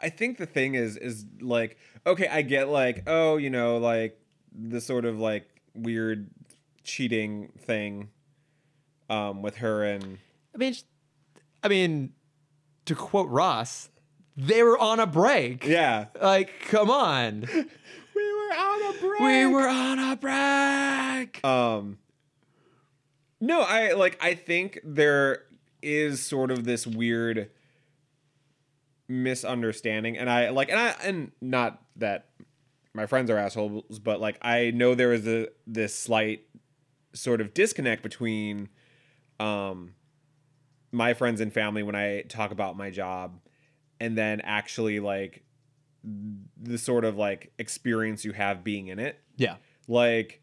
[SPEAKER 1] I think the thing is is like okay, I get like oh, you know, like the sort of like weird cheating thing um with her and
[SPEAKER 2] I mean, sh- I mean, to quote Ross, they were on a break.
[SPEAKER 1] yeah.
[SPEAKER 2] Like, come on.
[SPEAKER 1] We were on a break.
[SPEAKER 2] we were on a break.
[SPEAKER 1] Um No, I like I think there is sort of this weird misunderstanding and I like and I and not that my friends are assholes, but like I know there is a this slight sort of disconnect between um my friends and family when I talk about my job and then actually like the sort of like experience you have being in it
[SPEAKER 2] Yeah.
[SPEAKER 1] like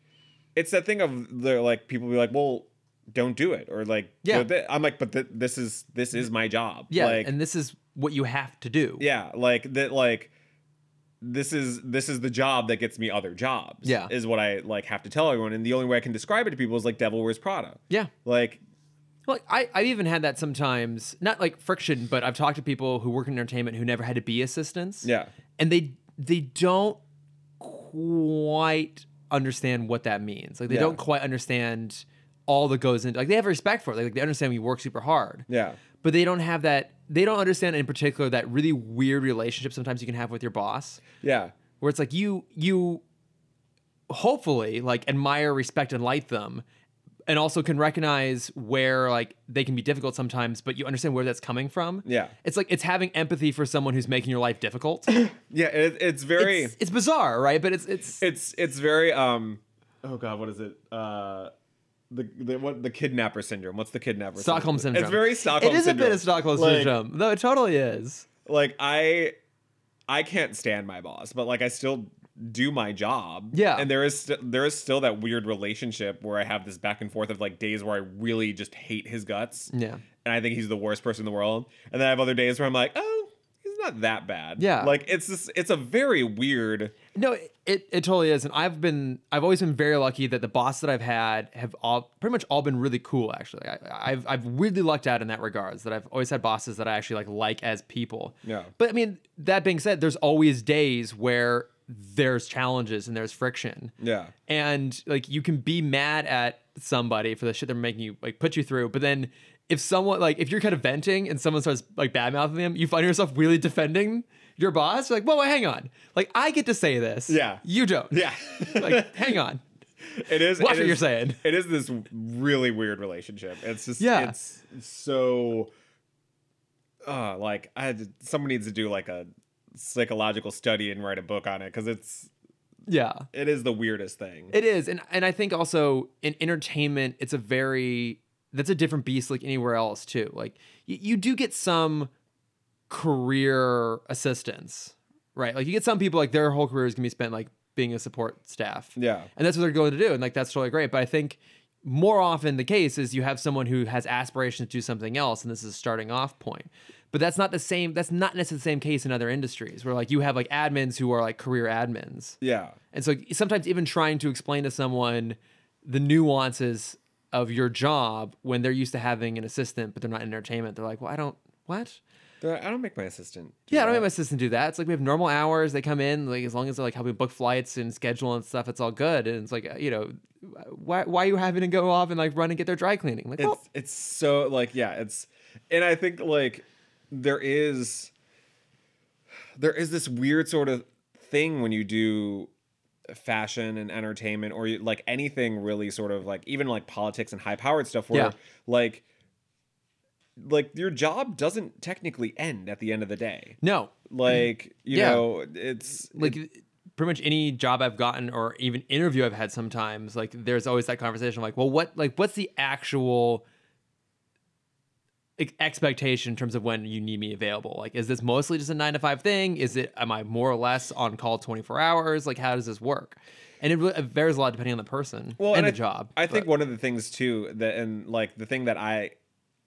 [SPEAKER 1] it's that thing of the like people be like well don't do it or like
[SPEAKER 2] Yeah.
[SPEAKER 1] "Well, th- i'm like but th- this is this is my job
[SPEAKER 2] Yeah.
[SPEAKER 1] like
[SPEAKER 2] and this is what you have to do.
[SPEAKER 1] yeah like that like this is this is the job that gets me other jobs
[SPEAKER 2] Yeah.
[SPEAKER 1] is what i like have to tell everyone and the only way i can describe it to people is like devil wears prada
[SPEAKER 2] Yeah.
[SPEAKER 1] like
[SPEAKER 2] Well, I, I've even had that sometimes, not like friction, but I've talked to people who work in entertainment who never had to be assistants.
[SPEAKER 1] yeah
[SPEAKER 2] And they they don't quite understand what that means. Like they
[SPEAKER 1] Yeah.
[SPEAKER 2] don't quite understand all that goes into like they have respect for it. Like they understand we work super hard.
[SPEAKER 1] yeah
[SPEAKER 2] But they don't have that they don't understand in particular that really weird relationship sometimes you can have with your boss.
[SPEAKER 1] yeah
[SPEAKER 2] where it's like you you hopefully like admire respect and like them and also can recognize where like they can be difficult sometimes but you understand where that's coming from
[SPEAKER 1] Yeah.
[SPEAKER 2] it's like it's having empathy for someone who's making your life difficult
[SPEAKER 1] yeah it, it's very
[SPEAKER 2] it's, it's bizarre right but it's it's
[SPEAKER 1] it's it's very um oh god what is it uh the, the what the kidnapper syndrome what's the kidnapper
[SPEAKER 2] Stockholm syndrome.
[SPEAKER 1] it's very stockholm
[SPEAKER 2] it is
[SPEAKER 1] syndrome.
[SPEAKER 2] a bit of Stockholm
[SPEAKER 1] Like,
[SPEAKER 2] syndrome no it totally is
[SPEAKER 1] like i i can't stand my boss but like i still do my job
[SPEAKER 2] Yeah.
[SPEAKER 1] and there is st- there is still that weird relationship where i have this back and forth of like days where i really just hate his guts
[SPEAKER 2] yeah
[SPEAKER 1] and i think he's the worst person in the world and then i have other days where i'm like oh he's not that bad
[SPEAKER 2] Yeah.
[SPEAKER 1] like it's this it's a very weird
[SPEAKER 2] No, it, it it totally is, and I've been I've always been very lucky that the boss that I've had have all pretty much all been really cool. Actually, I, I've I've weirdly lucked out in that regards that I've always had bosses that I actually like like as people.
[SPEAKER 1] Yeah.
[SPEAKER 2] But I mean, that being said, there's always days where there's challenges and there's friction.
[SPEAKER 1] yeah
[SPEAKER 2] And like you can be mad at somebody for the shit they're making you like put you through, but then if someone like if you're kind of venting and someone starts like bad mouthing them, you find yourself really defending your boss. You're like, whoa, wait, hang on. Like I get to say this.
[SPEAKER 1] Yeah.
[SPEAKER 2] You don't.
[SPEAKER 1] yeah
[SPEAKER 2] like, hang on.
[SPEAKER 1] it is
[SPEAKER 2] Watch
[SPEAKER 1] it
[SPEAKER 2] what you're
[SPEAKER 1] is-
[SPEAKER 2] saying.
[SPEAKER 1] it is this really weird relationship. It's just
[SPEAKER 2] Yeah.
[SPEAKER 1] it's so uh like I had to, someone needs to do like a psychological study and write a book on it cuz it's
[SPEAKER 2] Yeah.
[SPEAKER 1] it is the weirdest thing.
[SPEAKER 2] It is, and and I think also in entertainment, it's a very that's a different beast, like anywhere else too. Like you, you do get some career assistance, right? Like you get some people like their whole career is gonna be spent like being a support staff,
[SPEAKER 1] yeah.
[SPEAKER 2] and that's what they're going to do, and like that's totally great. But I think more often the case is you have someone who has aspirations to do something else, and this is a starting off point. But that's not the same. That's not necessarily the same case in other industries where like you have like admins who are like career admins.
[SPEAKER 1] Yeah.
[SPEAKER 2] And so sometimes even trying to explain to someone the nuances of your job when they're used to having an assistant, but they're not in entertainment, they're like, well, I don't, what?
[SPEAKER 1] They're like, I don't make my assistant. do
[SPEAKER 2] Yeah, I don't
[SPEAKER 1] that."
[SPEAKER 2] make my assistant do that. It's like we have normal hours. They come in like as long as they're like helping book flights and schedule and stuff. It's all good. And it's like uh, you know, why why are you having to go off and like run and get their dry cleaning? Like, well,
[SPEAKER 1] it's it's so like yeah it's and i think like there is there is this weird sort of thing when you do fashion and entertainment or you, like anything really sort of like even like politics and high powered stuff where
[SPEAKER 2] Yeah.
[SPEAKER 1] like like your job doesn't technically end at the end of the day
[SPEAKER 2] no,
[SPEAKER 1] like you
[SPEAKER 2] Yeah.
[SPEAKER 1] know it's
[SPEAKER 2] like pretty much any job I've gotten or even interview I've had sometimes, like there's always that conversation like, well, what like what's the actual ex- expectation in terms of when you need me available? Like, is this mostly just a nine to five thing? Is it am I more or less on call twenty four hours? Like, how does this work? And it, really, it varies a lot depending on the person
[SPEAKER 1] well,
[SPEAKER 2] and,
[SPEAKER 1] I,
[SPEAKER 2] the job.
[SPEAKER 1] I think
[SPEAKER 2] but-
[SPEAKER 1] one of the things too that and like the thing that I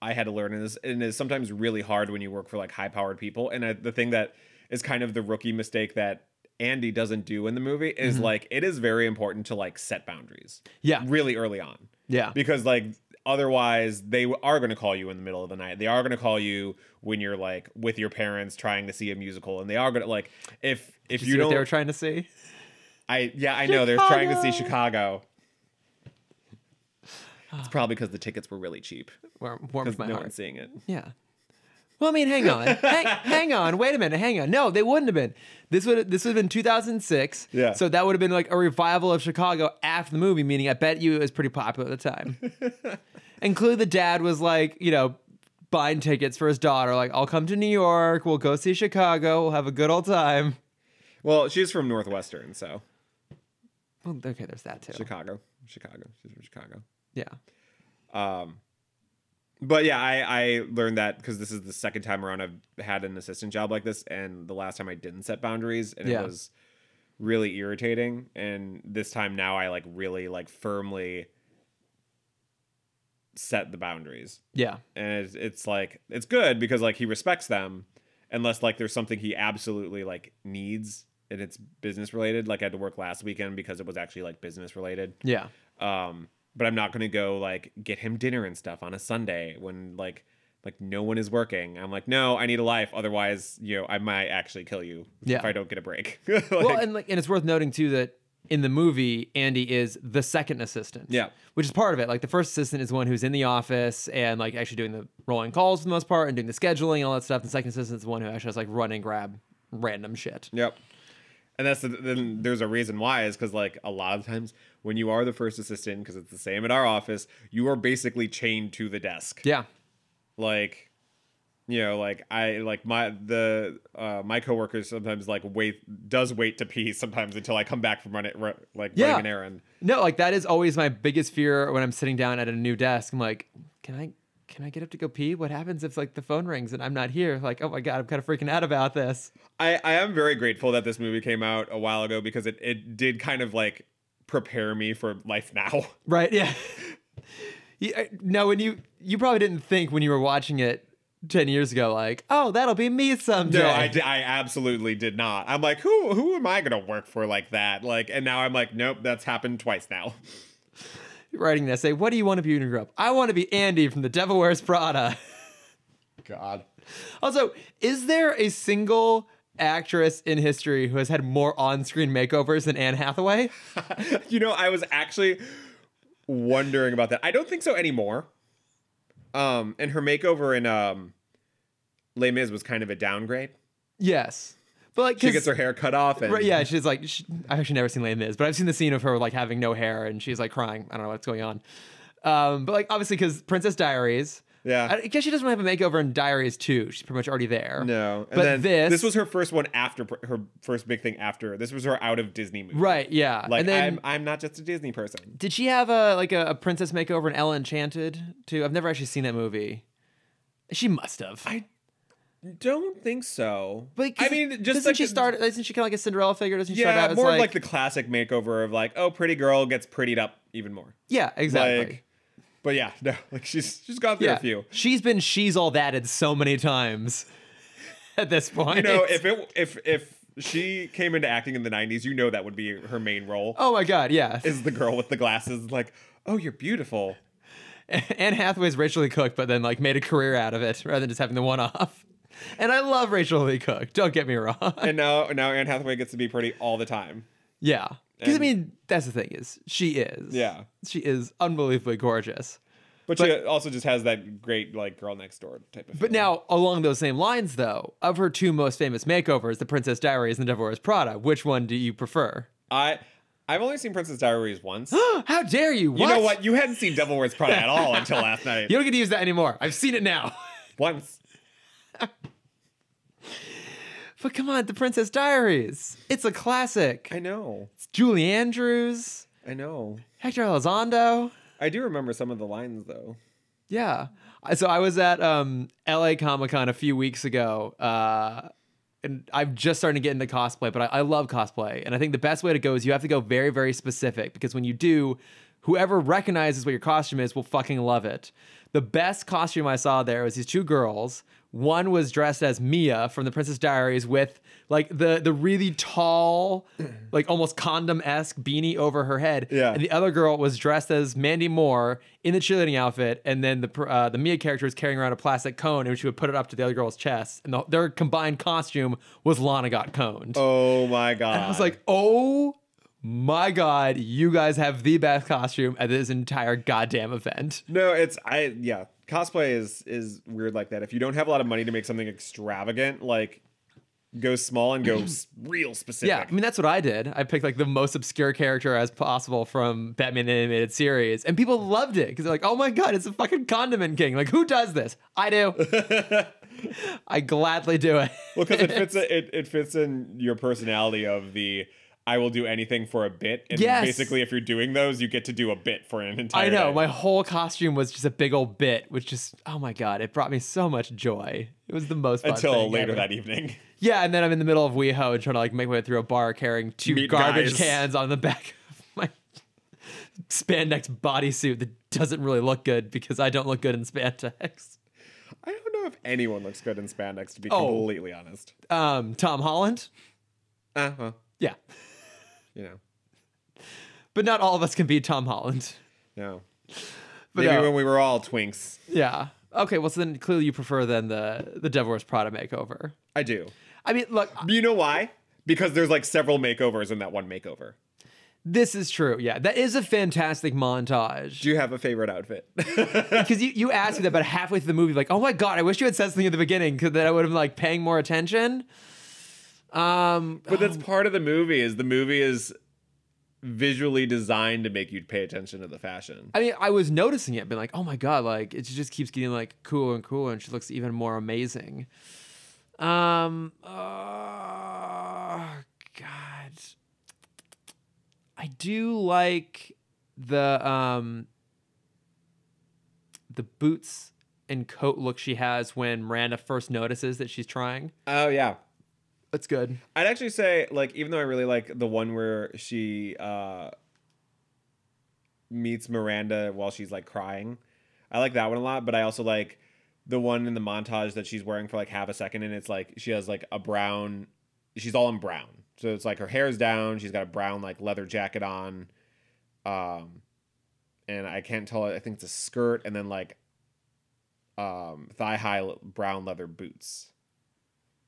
[SPEAKER 1] I had to learn and is and is sometimes really hard when you work for like high powered people. And I, the thing that is kind of the rookie mistake that Andy doesn't do in the movie is like it is very important to like set boundaries
[SPEAKER 2] yeah,
[SPEAKER 1] really early on
[SPEAKER 2] yeah,
[SPEAKER 1] because like otherwise they are going to call you in the middle of the night they are going to call you when you're like with your parents trying to see a musical and they are going to like if if
[SPEAKER 2] Did
[SPEAKER 1] you,
[SPEAKER 2] see what
[SPEAKER 1] don't
[SPEAKER 2] they were trying to see.
[SPEAKER 1] I yeah, I know. They're trying to see Chicago.
[SPEAKER 2] Chicago.
[SPEAKER 1] It's probably because the tickets were really cheap.
[SPEAKER 2] Warm, warms
[SPEAKER 1] Because
[SPEAKER 2] my
[SPEAKER 1] no
[SPEAKER 2] heart.
[SPEAKER 1] one's seeing it.
[SPEAKER 2] Yeah. Well, I mean, hang on, hang, hang on, wait a minute, hang on. No, they wouldn't have been. This would this would have been 2006.
[SPEAKER 1] Yeah.
[SPEAKER 2] So that would have been like a revival of Chicago after the movie. Meaning, I bet you it was pretty popular at the time. and clearly, the dad was like, you know, buying tickets for his daughter. Like, I'll come to New York. We'll go see Chicago. We'll have a good old time.
[SPEAKER 1] Well, she's from Northwestern, so
[SPEAKER 2] Well, okay, there's that too.
[SPEAKER 1] Chicago, Chicago. She's from Chicago.
[SPEAKER 2] Yeah.
[SPEAKER 1] Um, but yeah, I I learned that because this is the second time around I've had an assistant job like this, and the last time I didn't set boundaries, and
[SPEAKER 2] Yeah.
[SPEAKER 1] it was really irritating. And this time now, I like really like firmly set the boundaries.
[SPEAKER 2] Yeah.
[SPEAKER 1] and it's, it's like it's good because like he respects them unless like there's something he absolutely like needs and it's business related like i had to work last weekend because it was actually like business related
[SPEAKER 2] Yeah.
[SPEAKER 1] um but i'm not gonna go like get him dinner and stuff on a sunday when like like no one is working i'm like no i need a life otherwise you know i might actually kill you
[SPEAKER 2] Yeah.
[SPEAKER 1] if i don't get a break
[SPEAKER 2] well,
[SPEAKER 1] Like,
[SPEAKER 2] and like, and it's worth noting too that in the movie, Andy is the second assistant.
[SPEAKER 1] Yeah.
[SPEAKER 2] which is part of it. Like the first assistant is one who's in the office and like actually doing the rolling calls for the most part and doing the scheduling and all that stuff. The second assistant is the one who actually has like run and grab random shit.
[SPEAKER 1] Yep. And that's the, then there's a reason why is because like a lot of times when you are the first assistant because it's the same at our office you are basically chained to the desk
[SPEAKER 2] Yeah,
[SPEAKER 1] like you know like I like my the uh, my coworker sometimes like wait does wait to pee sometimes until I come back from running ru- like
[SPEAKER 2] Yeah.
[SPEAKER 1] running an errand
[SPEAKER 2] no, like that is always my biggest fear when I'm sitting down at a new desk. I'm like, can I? Can I get up to go pee? What happens if like the phone rings and I'm not here? Like, oh my god, I'm kind of freaking out about this.
[SPEAKER 1] I, I am very grateful that this movie came out a while ago because it, it did kind of like prepare me for life now
[SPEAKER 2] Right. Yeah. yeah. I- Now, when you you probably didn't think when you were watching it ten years ago, like, oh, that'll be me someday.
[SPEAKER 1] No, I, di- I absolutely did not. I'm like, who who am I gonna work for like that? Like, and now I'm like, nope, that's happened twice now.
[SPEAKER 2] Writing an essay. What do you want to be when you grow up? I want to be Andy from The Devil Wears Prada.
[SPEAKER 1] God,
[SPEAKER 2] Also, is there a single actress in history who has had more on-screen makeovers than Anne Hathaway?
[SPEAKER 1] you know, I was actually wondering about that. I don't think so anymore. Um, and her makeover in um, Les Mis was kind of a downgrade.
[SPEAKER 2] Yes, but like
[SPEAKER 1] She
[SPEAKER 2] 'cause-
[SPEAKER 1] gets her hair cut off, and
[SPEAKER 2] Right, yeah, she's like, she, I've actually never seen Les Mis, but I've seen the scene of her like having no hair and she's like crying. I don't know what's going on. Um, but like, obviously, because Princess Diaries,
[SPEAKER 1] Yeah.
[SPEAKER 2] I guess she doesn't have a makeover in Diaries too. She's pretty much already there.
[SPEAKER 1] No, and
[SPEAKER 2] But
[SPEAKER 1] then
[SPEAKER 2] this-
[SPEAKER 1] was her first one after pr- her first big thing after this was her out of Disney movie.
[SPEAKER 2] Right, yeah.
[SPEAKER 1] Like
[SPEAKER 2] and then,
[SPEAKER 1] I'm I'm not just a Disney person.
[SPEAKER 2] did she have a like a, a princess makeover in Ella Enchanted too? I've never actually seen that movie. She must have.
[SPEAKER 1] I don't think so.
[SPEAKER 2] But 'cause
[SPEAKER 1] I mean, just
[SPEAKER 2] doesn't
[SPEAKER 1] like
[SPEAKER 2] she
[SPEAKER 1] the-
[SPEAKER 2] start? Isn't she kind of like a Cinderella figure? Doesn't she start
[SPEAKER 1] Yeah,
[SPEAKER 2] out as
[SPEAKER 1] more of
[SPEAKER 2] like,
[SPEAKER 1] like the classic makeover of like, oh, pretty girl gets prettied up even more.
[SPEAKER 2] yeah, exactly.
[SPEAKER 1] Like, but yeah, no, like she's she's gone through
[SPEAKER 2] yeah,
[SPEAKER 1] a few.
[SPEAKER 2] she's been she's all that in so many times. At this point,
[SPEAKER 1] You know, if it if if she came into acting in the '90s, you know that would be her main role
[SPEAKER 2] Oh my God, yeah.
[SPEAKER 1] is the girl with the glasses. Like, oh, you're beautiful.
[SPEAKER 2] Anne Hathaway's racially cooked, but then like made a career out of it rather than just having the one off. And I love Rachel Lee Cook. Don't get me wrong.
[SPEAKER 1] and now now Anne Hathaway gets to be pretty all the time.
[SPEAKER 2] yeah. Because I
[SPEAKER 1] And-
[SPEAKER 2] mean, that's the thing is she is.
[SPEAKER 1] Yeah.
[SPEAKER 2] She is unbelievably gorgeous.
[SPEAKER 1] But, she also just has that great like girl next door type of.
[SPEAKER 2] But
[SPEAKER 1] feeling.
[SPEAKER 2] now, along those same lines, though, of her two most famous makeovers, The Princess Diaries and The Devil Wears Prada, which one do you prefer?
[SPEAKER 1] I I've only seen Princess Diaries once.
[SPEAKER 2] How dare you?
[SPEAKER 1] You know what? You hadn't seen Devil Wears Prada at all until last night.
[SPEAKER 2] You don't get to use that anymore. I've seen it now.
[SPEAKER 1] Once.
[SPEAKER 2] But come on, The Princess Diaries. It's a classic.
[SPEAKER 1] I know.
[SPEAKER 2] It's Julie Andrews,
[SPEAKER 1] I know.
[SPEAKER 2] Hector Elizondo.
[SPEAKER 1] I do remember some of the lines though.
[SPEAKER 2] Yeah. I- So I was at um, LA Comic Con a few weeks ago, uh, and I'm just starting to get into cosplay, but I, I love cosplay. And I think the best way to go is you have to go very, very specific because when you do, whoever recognizes what your costume is will fucking love it. The best costume I saw there was these two girls. One was dressed as Mia from The Princess Diaries with like the the really tall, like almost condom esque beanie over her head.
[SPEAKER 1] Yeah.
[SPEAKER 2] And the other girl was dressed as Mandy Moore in the cheerleading outfit, and then the pr- uh, the Mia character was carrying around a plastic cone, and she would put it up to the other girl's chest, and the, their combined costume was Lana got coned.
[SPEAKER 1] Oh my god.
[SPEAKER 2] I was like, oh my god, you guys have the best costume at this entire goddamn event.
[SPEAKER 1] No, it's I yeah. Cosplay is is weird like that. If you don't have a lot of money to make something extravagant, like go small and go s- real specific.
[SPEAKER 2] Yeah, I mean that's what I did. I picked like the most obscure character as possible from Batman the animated series, and people loved it because they're like, "Oh my god, it's a fucking condiment king! Like, who does this? I do. I gladly do it."
[SPEAKER 1] Well, because it fits it, it fits in your personality of the I will do anything for a bit. And
[SPEAKER 2] Yes.
[SPEAKER 1] basically, if you're doing those, you get to do a bit for an entire.
[SPEAKER 2] I know.
[SPEAKER 1] day.
[SPEAKER 2] My whole costume was just a big old bit, which just oh my god, it brought me so much joy. It was the most fun
[SPEAKER 1] until
[SPEAKER 2] thing
[SPEAKER 1] later
[SPEAKER 2] ever.
[SPEAKER 1] that evening.
[SPEAKER 2] Yeah, and then I'm in the middle of WeHo and trying to like make my way through a bar carrying two
[SPEAKER 1] Meet
[SPEAKER 2] garbage
[SPEAKER 1] guys.
[SPEAKER 2] cans on the back of my spandex bodysuit that doesn't really look good because I don't look good in spandex.
[SPEAKER 1] I don't know if anyone looks good in spandex. To be
[SPEAKER 2] Oh.
[SPEAKER 1] completely honest.
[SPEAKER 2] Um, Tom Holland,
[SPEAKER 1] Uh huh.
[SPEAKER 2] yeah,
[SPEAKER 1] You know.
[SPEAKER 2] but not all of us can be Tom Holland.
[SPEAKER 1] No.
[SPEAKER 2] But
[SPEAKER 1] Maybe
[SPEAKER 2] no.
[SPEAKER 1] when we were all twinks.
[SPEAKER 2] Yeah. Okay. Well, so then clearly you prefer then the the Devil Wears Prada makeover.
[SPEAKER 1] I do.
[SPEAKER 2] I mean, look,
[SPEAKER 1] You know why? Because there's like several makeovers in that one makeover.
[SPEAKER 2] this is true. Yeah, that is a fantastic montage.
[SPEAKER 1] Do you have a favorite outfit?
[SPEAKER 2] because you, you asked me that, but halfway through the movie, like, oh my god, I wish you had said something at the beginning, because then I would have been like paying more attention. Um,
[SPEAKER 1] but that's part of the movie is the movie is visually designed to make you pay attention to the fashion.
[SPEAKER 2] I mean, I was noticing it, being like, oh my god, like it just keeps getting like cooler and cooler, and she looks even more amazing. Um, oh, God, I do like the um the boots and coat look she has when Miranda first notices that she's trying.
[SPEAKER 1] Oh yeah.
[SPEAKER 2] That's good.
[SPEAKER 1] I'd actually say like even though I really like the one where she uh meets Miranda while she's like crying. I like that one a lot, but I also like the one in the montage that she's wearing for like half a second and it's like she has like a brown she's all in brown. So it's like her hair's down, she's got a brown like leather jacket on. Um and I can't tell I think it's a skirt and then like um thigh high brown leather boots.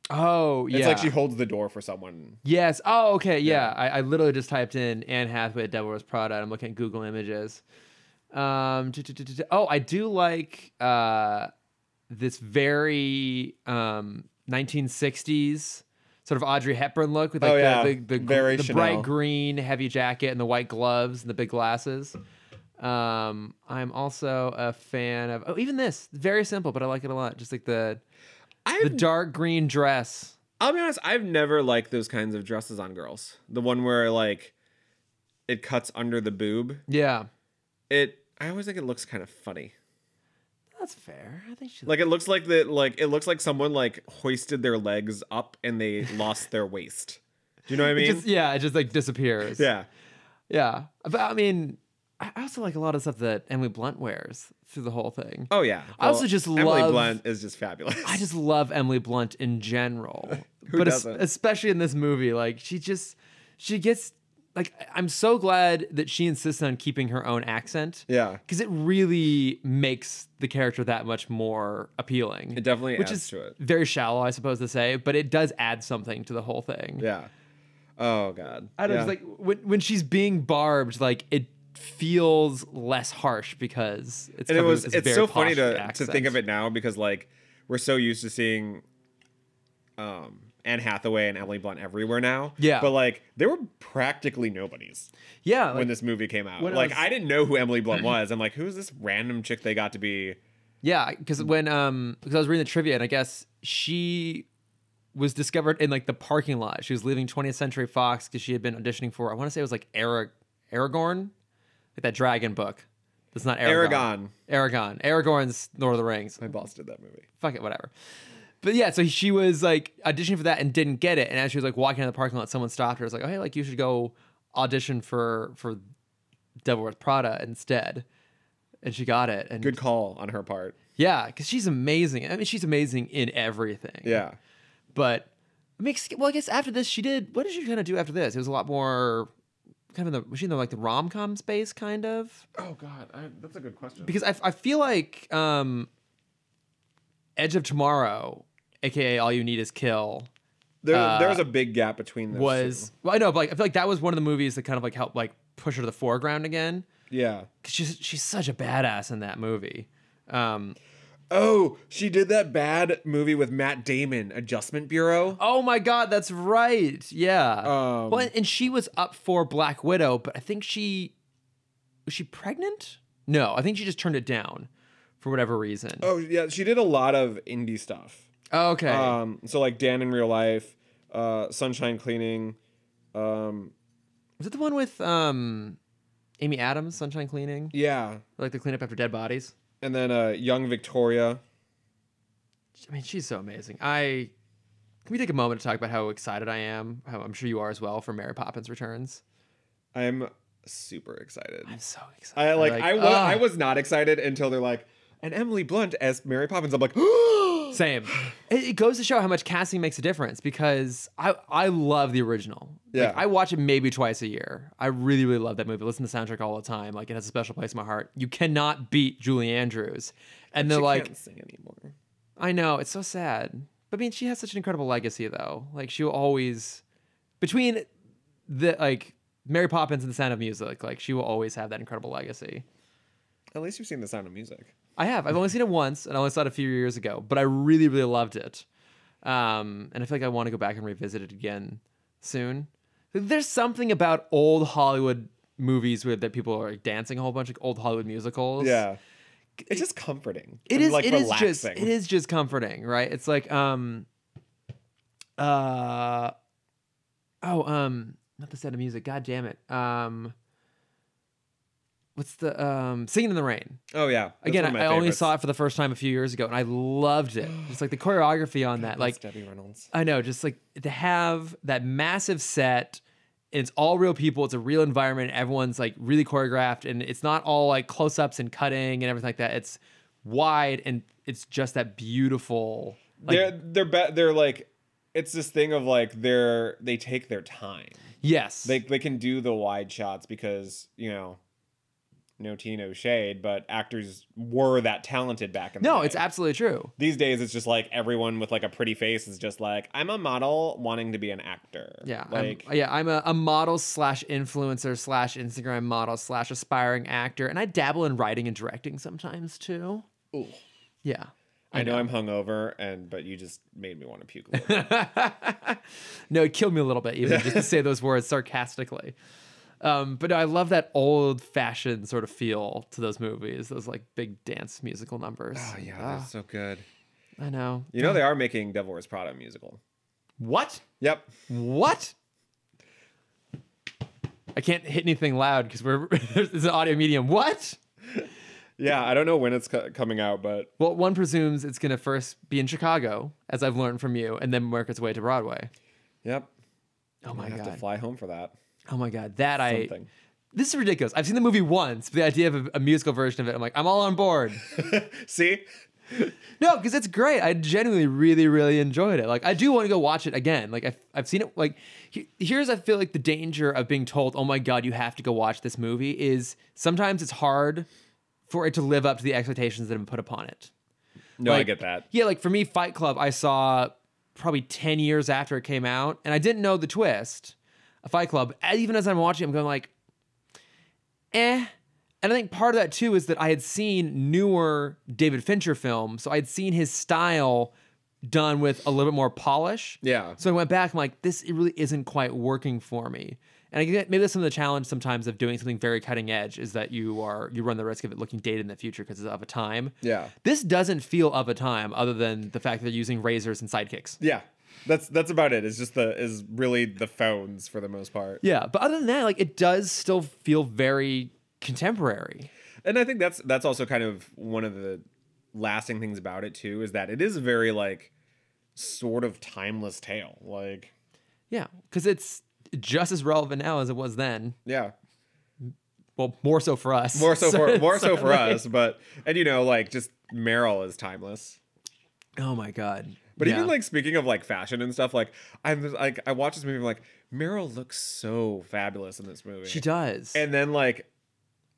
[SPEAKER 2] Oh, yeah.
[SPEAKER 1] It's like she holds the door for someone
[SPEAKER 2] Yes. Oh, okay. Yeah.
[SPEAKER 1] Yeah.
[SPEAKER 2] I, I literally just typed in Anne Hathaway at Devil Wears Prada. and I'm looking at Google Images. Um. tu- tu- tu- tu- tu- Oh, I do like uh, this very um 1960s sort of Audrey Hepburn look with like
[SPEAKER 1] Oh,
[SPEAKER 2] the,
[SPEAKER 1] yeah.
[SPEAKER 2] the, the, gr-
[SPEAKER 1] Very
[SPEAKER 2] the bright
[SPEAKER 1] Chanel.
[SPEAKER 2] green heavy jacket and the white gloves and the big glasses. Um, I'm also a fan of oh even this very simple, but I like it a lot. Just like the the
[SPEAKER 1] I've,
[SPEAKER 2] dark green dress.
[SPEAKER 1] I'll be honest, I've never liked those kinds of dresses on girls. The one where like it cuts under the boob.
[SPEAKER 2] Yeah.
[SPEAKER 1] It I always think it looks kind of funny.
[SPEAKER 2] That's fair. I think she
[SPEAKER 1] Like it looks like that like it looks like someone like hoisted their legs up and they lost their waist. Do you know what I
[SPEAKER 2] It
[SPEAKER 1] mean?
[SPEAKER 2] just- yeah, it just like disappears.
[SPEAKER 1] yeah.
[SPEAKER 2] yeah. But I mean, I I also like a lot of stuff that Emily Blunt wears through the whole thing.
[SPEAKER 1] Oh yeah.
[SPEAKER 2] I also just
[SPEAKER 1] Emily
[SPEAKER 2] love-
[SPEAKER 1] Blunt is just fabulous.
[SPEAKER 2] I just love Emily Blunt in general,
[SPEAKER 1] Who
[SPEAKER 2] but es-
[SPEAKER 1] doesn't?
[SPEAKER 2] especially in this movie, like she just she gets like I- I'm so glad that she insisted on keeping her own accent
[SPEAKER 1] Yeah.
[SPEAKER 2] because it really makes the character that much more appealing.
[SPEAKER 1] It definitely
[SPEAKER 2] which
[SPEAKER 1] adds
[SPEAKER 2] is
[SPEAKER 1] to it.
[SPEAKER 2] very shallow, I suppose to say, but it does add something to the whole thing.
[SPEAKER 1] Yeah. Oh god.
[SPEAKER 2] I don't
[SPEAKER 1] yeah.
[SPEAKER 2] know, it's like when when she's being barbed, like it feels less harsh because it's
[SPEAKER 1] and it
[SPEAKER 2] covered
[SPEAKER 1] was
[SPEAKER 2] with this
[SPEAKER 1] it's
[SPEAKER 2] very
[SPEAKER 1] so funny
[SPEAKER 2] posh
[SPEAKER 1] to, to think
[SPEAKER 2] accent.
[SPEAKER 1] of it now because like we're so used to seeing um Anne Hathaway and Emily Blunt everywhere now.
[SPEAKER 2] Yeah.
[SPEAKER 1] But like they were practically nobodies
[SPEAKER 2] Yeah, like,
[SPEAKER 1] when this movie came out.
[SPEAKER 2] when I
[SPEAKER 1] Like
[SPEAKER 2] was-
[SPEAKER 1] I didn't know who Emily Blunt was. I'm like, who's this random chick they got to be?
[SPEAKER 2] yeah, because when um because I was reading the trivia and I guess she was discovered in like the parking lot. She was leaving 20th Century Fox because she had been auditioning for I want to say it was like Arag- Aragorn, like that dragon book. That's not
[SPEAKER 1] Oh,
[SPEAKER 2] Aragorn.
[SPEAKER 1] Aragon.
[SPEAKER 2] Aragon. Aragorn's Lord of the Rings.
[SPEAKER 1] My boss did that movie.
[SPEAKER 2] fuck it, whatever. But yeah, so she was like auditioning for that and didn't get it. And as she was like walking out of the parking lot, someone stopped her. It was like, oh, hey, like you should go audition for for Devil Wears Prada instead. And she got it. And
[SPEAKER 1] Good call on her part.
[SPEAKER 2] yeah, because she's amazing. I mean, she's amazing in everything.
[SPEAKER 1] Yeah.
[SPEAKER 2] But I mean, ex- well, I guess after this, she did. What did she kind of do after this? It was a lot more kind of in the was she in the like the rom com space kind of
[SPEAKER 1] Oh god, I, that's a good question.
[SPEAKER 2] because I, I feel like um Edge of Tomorrow, aka All You Need Is Kill,
[SPEAKER 1] there, there
[SPEAKER 2] uh,
[SPEAKER 1] was a big gap between those
[SPEAKER 2] was well, I know, but like, I feel like that was one of the movies that kind of like helped like push her to the foreground again.
[SPEAKER 1] two. Yeah.
[SPEAKER 2] Cause she's she's such a badass in that movie. Um,
[SPEAKER 1] Oh, she did that bad movie with Matt Damon, Adjustment Bureau.
[SPEAKER 2] oh my god, that's right. Yeah.
[SPEAKER 1] Um,
[SPEAKER 2] well, and, and she was up for Black Widow, but I think she was she pregnant? No, I think she just turned it down for whatever reason.
[SPEAKER 1] Oh yeah, she did a lot of indie stuff.
[SPEAKER 2] okay.
[SPEAKER 1] Um, so like Dan in real life, uh, Sunshine Cleaning, um,
[SPEAKER 2] was it the one with um Amy Adams, Sunshine Cleaning?
[SPEAKER 1] yeah,
[SPEAKER 2] Like the cleanup after dead bodies?
[SPEAKER 1] and then uh, Young Victoria.
[SPEAKER 2] I mean, she's so amazing. I can we take a moment to talk about how excited I am? How I'm sure you are as well for Mary Poppins Returns.
[SPEAKER 1] I'm super excited.
[SPEAKER 2] I'm so excited.
[SPEAKER 1] I like, I was
[SPEAKER 2] ah.
[SPEAKER 1] I was not excited until they're like, and Emily Blunt as Mary Poppins. I'm like, oh
[SPEAKER 2] same. It, it goes to show how much casting makes a difference because I I love the original.
[SPEAKER 1] Yeah.
[SPEAKER 2] Like, I watch it maybe twice a year. I really really love that movie. Listen to the soundtrack all the time. Like it has a special place in my heart. You cannot beat Julie Andrews. And they're
[SPEAKER 1] she
[SPEAKER 2] like,
[SPEAKER 1] can't sing anymore.
[SPEAKER 2] I know, it's so sad. But I mean, she has such an incredible legacy, though. Like she will always, between the like Mary Poppins and The Sound of Music, like she will always have that incredible legacy.
[SPEAKER 1] At least you've seen The Sound of Music.
[SPEAKER 2] I have. I've only seen it once, and I only saw it a few years ago, but I really, really loved it. Um, and I feel like I want to go back and revisit it again soon. There's something about old Hollywood movies where that people are dancing a whole bunch of old Hollywood musicals.
[SPEAKER 1] Yeah, it's just comforting.
[SPEAKER 2] It
[SPEAKER 1] and,
[SPEAKER 2] is.
[SPEAKER 1] like
[SPEAKER 2] it is
[SPEAKER 1] relaxing.
[SPEAKER 2] just. It is just comforting, right? It's like um, uh, oh um, not the sound of music. God damn it. Um, what's the um, singing in the rain?
[SPEAKER 1] Oh yeah. That's
[SPEAKER 2] Again,
[SPEAKER 1] one of my
[SPEAKER 2] I, I only
[SPEAKER 1] favorites.
[SPEAKER 2] saw it for the first time a few years ago, and I loved it. Just like the choreography on that,
[SPEAKER 1] That's
[SPEAKER 2] like
[SPEAKER 1] Debbie Reynolds.
[SPEAKER 2] I know, just like to have that massive set. and It's all real people. It's a real environment. Everyone's like really choreographed, and it's not all like close ups and cutting and everything like that. It's wide, and it's just that beautiful. Like,
[SPEAKER 1] they're they're be- they're like it's this thing of like they're they take their time.
[SPEAKER 2] yes,
[SPEAKER 1] They they can do the wide shots because, you know, no tea, no shade, but actors were that talented back in the
[SPEAKER 2] no,
[SPEAKER 1] day.
[SPEAKER 2] it's absolutely true.
[SPEAKER 1] these days it's just like everyone with like a pretty face is just like, I'm a model wanting to be an actor.
[SPEAKER 2] Yeah, I'm-
[SPEAKER 1] Like
[SPEAKER 2] yeah, I'm a, a model slash influencer slash Instagram model slash aspiring actor, and I dabble in writing and directing sometimes too.
[SPEAKER 1] ooh,
[SPEAKER 2] Yeah,
[SPEAKER 1] I, know, I'm hungover and but you just made me want to puke a little.
[SPEAKER 2] no, it killed me a little bit even just to say those words sarcastically. Um, but no, I love that old fashioned sort of feel to those movies, those like big dance musical numbers.
[SPEAKER 1] oh yeah, that's so good.
[SPEAKER 2] I know.
[SPEAKER 1] You know they are making Devil Wears Prada musical.
[SPEAKER 2] What?
[SPEAKER 1] Yep.
[SPEAKER 2] What? I can't hit anything loud because we're it's an audio medium. What?
[SPEAKER 1] Yeah, I don't know when it's co- coming out, but
[SPEAKER 2] Well, one presumes it's going to first be in Chicago, as I've learned from you, and then work its way to Broadway.
[SPEAKER 1] yep.
[SPEAKER 2] Oh
[SPEAKER 1] I
[SPEAKER 2] my
[SPEAKER 1] have to
[SPEAKER 2] god!
[SPEAKER 1] fly home for that.
[SPEAKER 2] Oh my god! That I
[SPEAKER 1] Something.
[SPEAKER 2] this is ridiculous. I've seen the movie once, but the idea of a, a musical version of it, I'm like, I'm all on board.
[SPEAKER 1] See,
[SPEAKER 2] No, because it's great. I genuinely really, really enjoyed it. Like, I do want to go watch it again. Like, I've, I've seen it. Like, he- here's, I feel like the danger of being told, oh my God, you have to go watch this movie is sometimes it's hard for it to live up to the expectations that have been put upon it.
[SPEAKER 1] No, I
[SPEAKER 2] Like,
[SPEAKER 1] get that.
[SPEAKER 2] Yeah, like for me, Fight Club, I saw probably 10 years after it came out, and I didn't know the twist of Fight Club. And Even as I'm watching, it, I'm going like, eh. And I think part of that too is that I had seen newer David Fincher films, so I'd seen his style done with a little bit more polish.
[SPEAKER 1] Yeah.
[SPEAKER 2] So I went back. I'm like, this really isn't quite working for me. And I get maybe that's some of the challenge sometimes of doing something very cutting edge is that you are you run the risk of it looking dated in the future because it's of a time.
[SPEAKER 1] Yeah.
[SPEAKER 2] This doesn't feel of a time other than the fact that they're using razors and sidekicks.
[SPEAKER 1] Yeah. That's that's about it. It's just the is really the phones for the most part.
[SPEAKER 2] Yeah, but other than that, like it does still feel very contemporary.
[SPEAKER 1] And I think that's that's also kind of one of the lasting things about it too is that it is a very like sort of timeless tale. Like
[SPEAKER 2] Yeah, because it's just as relevant now as it was then.
[SPEAKER 1] yeah,
[SPEAKER 2] Well, more so for us.
[SPEAKER 1] more so for more so for us, but and you know like just Meryl is timeless.
[SPEAKER 2] Oh my god.
[SPEAKER 1] But
[SPEAKER 2] Yeah.
[SPEAKER 1] even like speaking of like fashion and stuff, like I'm like I watch this movie, I'm like Meryl looks so fabulous in this movie.
[SPEAKER 2] she does.
[SPEAKER 1] And then like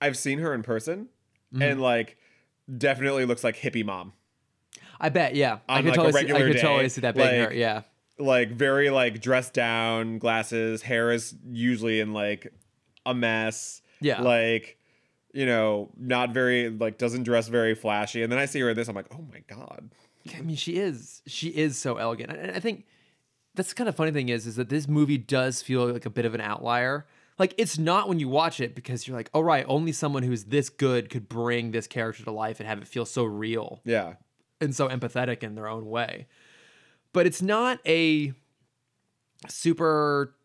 [SPEAKER 1] I've seen her in person
[SPEAKER 2] Mm-hmm.
[SPEAKER 1] and like definitely looks like hippie mom.
[SPEAKER 2] I bet. Yeah, I
[SPEAKER 1] On, like, a
[SPEAKER 2] could totally see, I
[SPEAKER 1] regular
[SPEAKER 2] could
[SPEAKER 1] day,
[SPEAKER 2] totally see that being
[SPEAKER 1] like-
[SPEAKER 2] her. Yeah.
[SPEAKER 1] Like very like dressed down, glasses, hair is usually in like a mess.
[SPEAKER 2] Yeah.
[SPEAKER 1] Like you know, not very like doesn't dress very flashy, and then I see her in this. I'm like, oh my god,
[SPEAKER 2] I mean, she is she is so elegant, and and I think that's the kind of funny thing is is that this movie does feel like a bit of an outlier. Like it's not when you watch it because you're like, all right, only someone who's this good could bring this character to life and have it feel so real
[SPEAKER 1] yeah,
[SPEAKER 2] and so empathetic in their own way. But it's not a super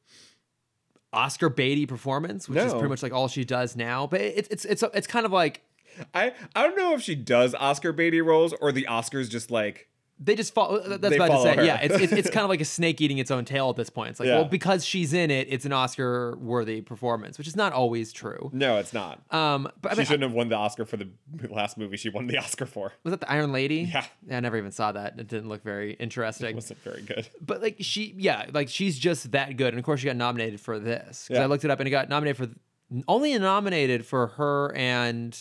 [SPEAKER 2] Oscar Beatty performance, which is
[SPEAKER 1] No.
[SPEAKER 2] pretty much like all she does now. But it- it's it's it's it's kind of like
[SPEAKER 1] I I don't know if she does Oscar Beatty roles or the Oscars just like
[SPEAKER 2] They just follow. That's
[SPEAKER 1] They
[SPEAKER 2] what I
[SPEAKER 1] follow
[SPEAKER 2] had to
[SPEAKER 1] her.
[SPEAKER 2] say. Yeah, it's, it's, it's kind of like a snake eating its own tail at this point. It's like,
[SPEAKER 1] Yeah.
[SPEAKER 2] well, because she's in it, it's an Oscar worthy performance, which is not always true.
[SPEAKER 1] no, it's not.
[SPEAKER 2] Um, but I
[SPEAKER 1] She
[SPEAKER 2] mean,
[SPEAKER 1] shouldn't have won the Oscar for the last movie she won the Oscar for.
[SPEAKER 2] was that the Iron Lady?
[SPEAKER 1] Yeah.
[SPEAKER 2] I never even saw that. It didn't look very interesting.
[SPEAKER 1] Wasn't very good.
[SPEAKER 2] But like she, yeah, like she's just that good. And of course, she got nominated for this. 'Cause
[SPEAKER 1] Yeah.
[SPEAKER 2] I looked it up and it got nominated for only nominated for her and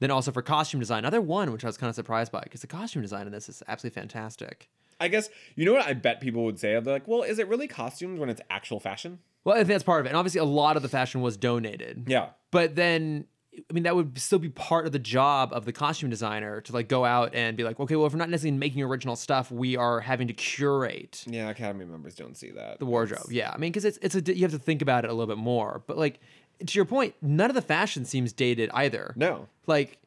[SPEAKER 2] then also for costume design. Another one, which I was kind of surprised by because the costume design in this is absolutely fantastic.
[SPEAKER 1] I guess you know what I bet people would say. They're like, "Well, is it really costumes when it's actual fashion?"
[SPEAKER 2] Well, I think that's part of it. And obviously, a lot of the fashion was donated.
[SPEAKER 1] Yeah,
[SPEAKER 2] but then I mean that would still be part of the job of the costume designer to like go out and be like, okay, well if we're not necessarily making original stuff, we are having to curate
[SPEAKER 1] yeah. Academy members don't see that.
[SPEAKER 2] the wardrobe. Yeah, I mean because it's it's a you have to think about it a little bit more. But like to your point, none of the fashion seems dated either.
[SPEAKER 1] No.
[SPEAKER 2] Like,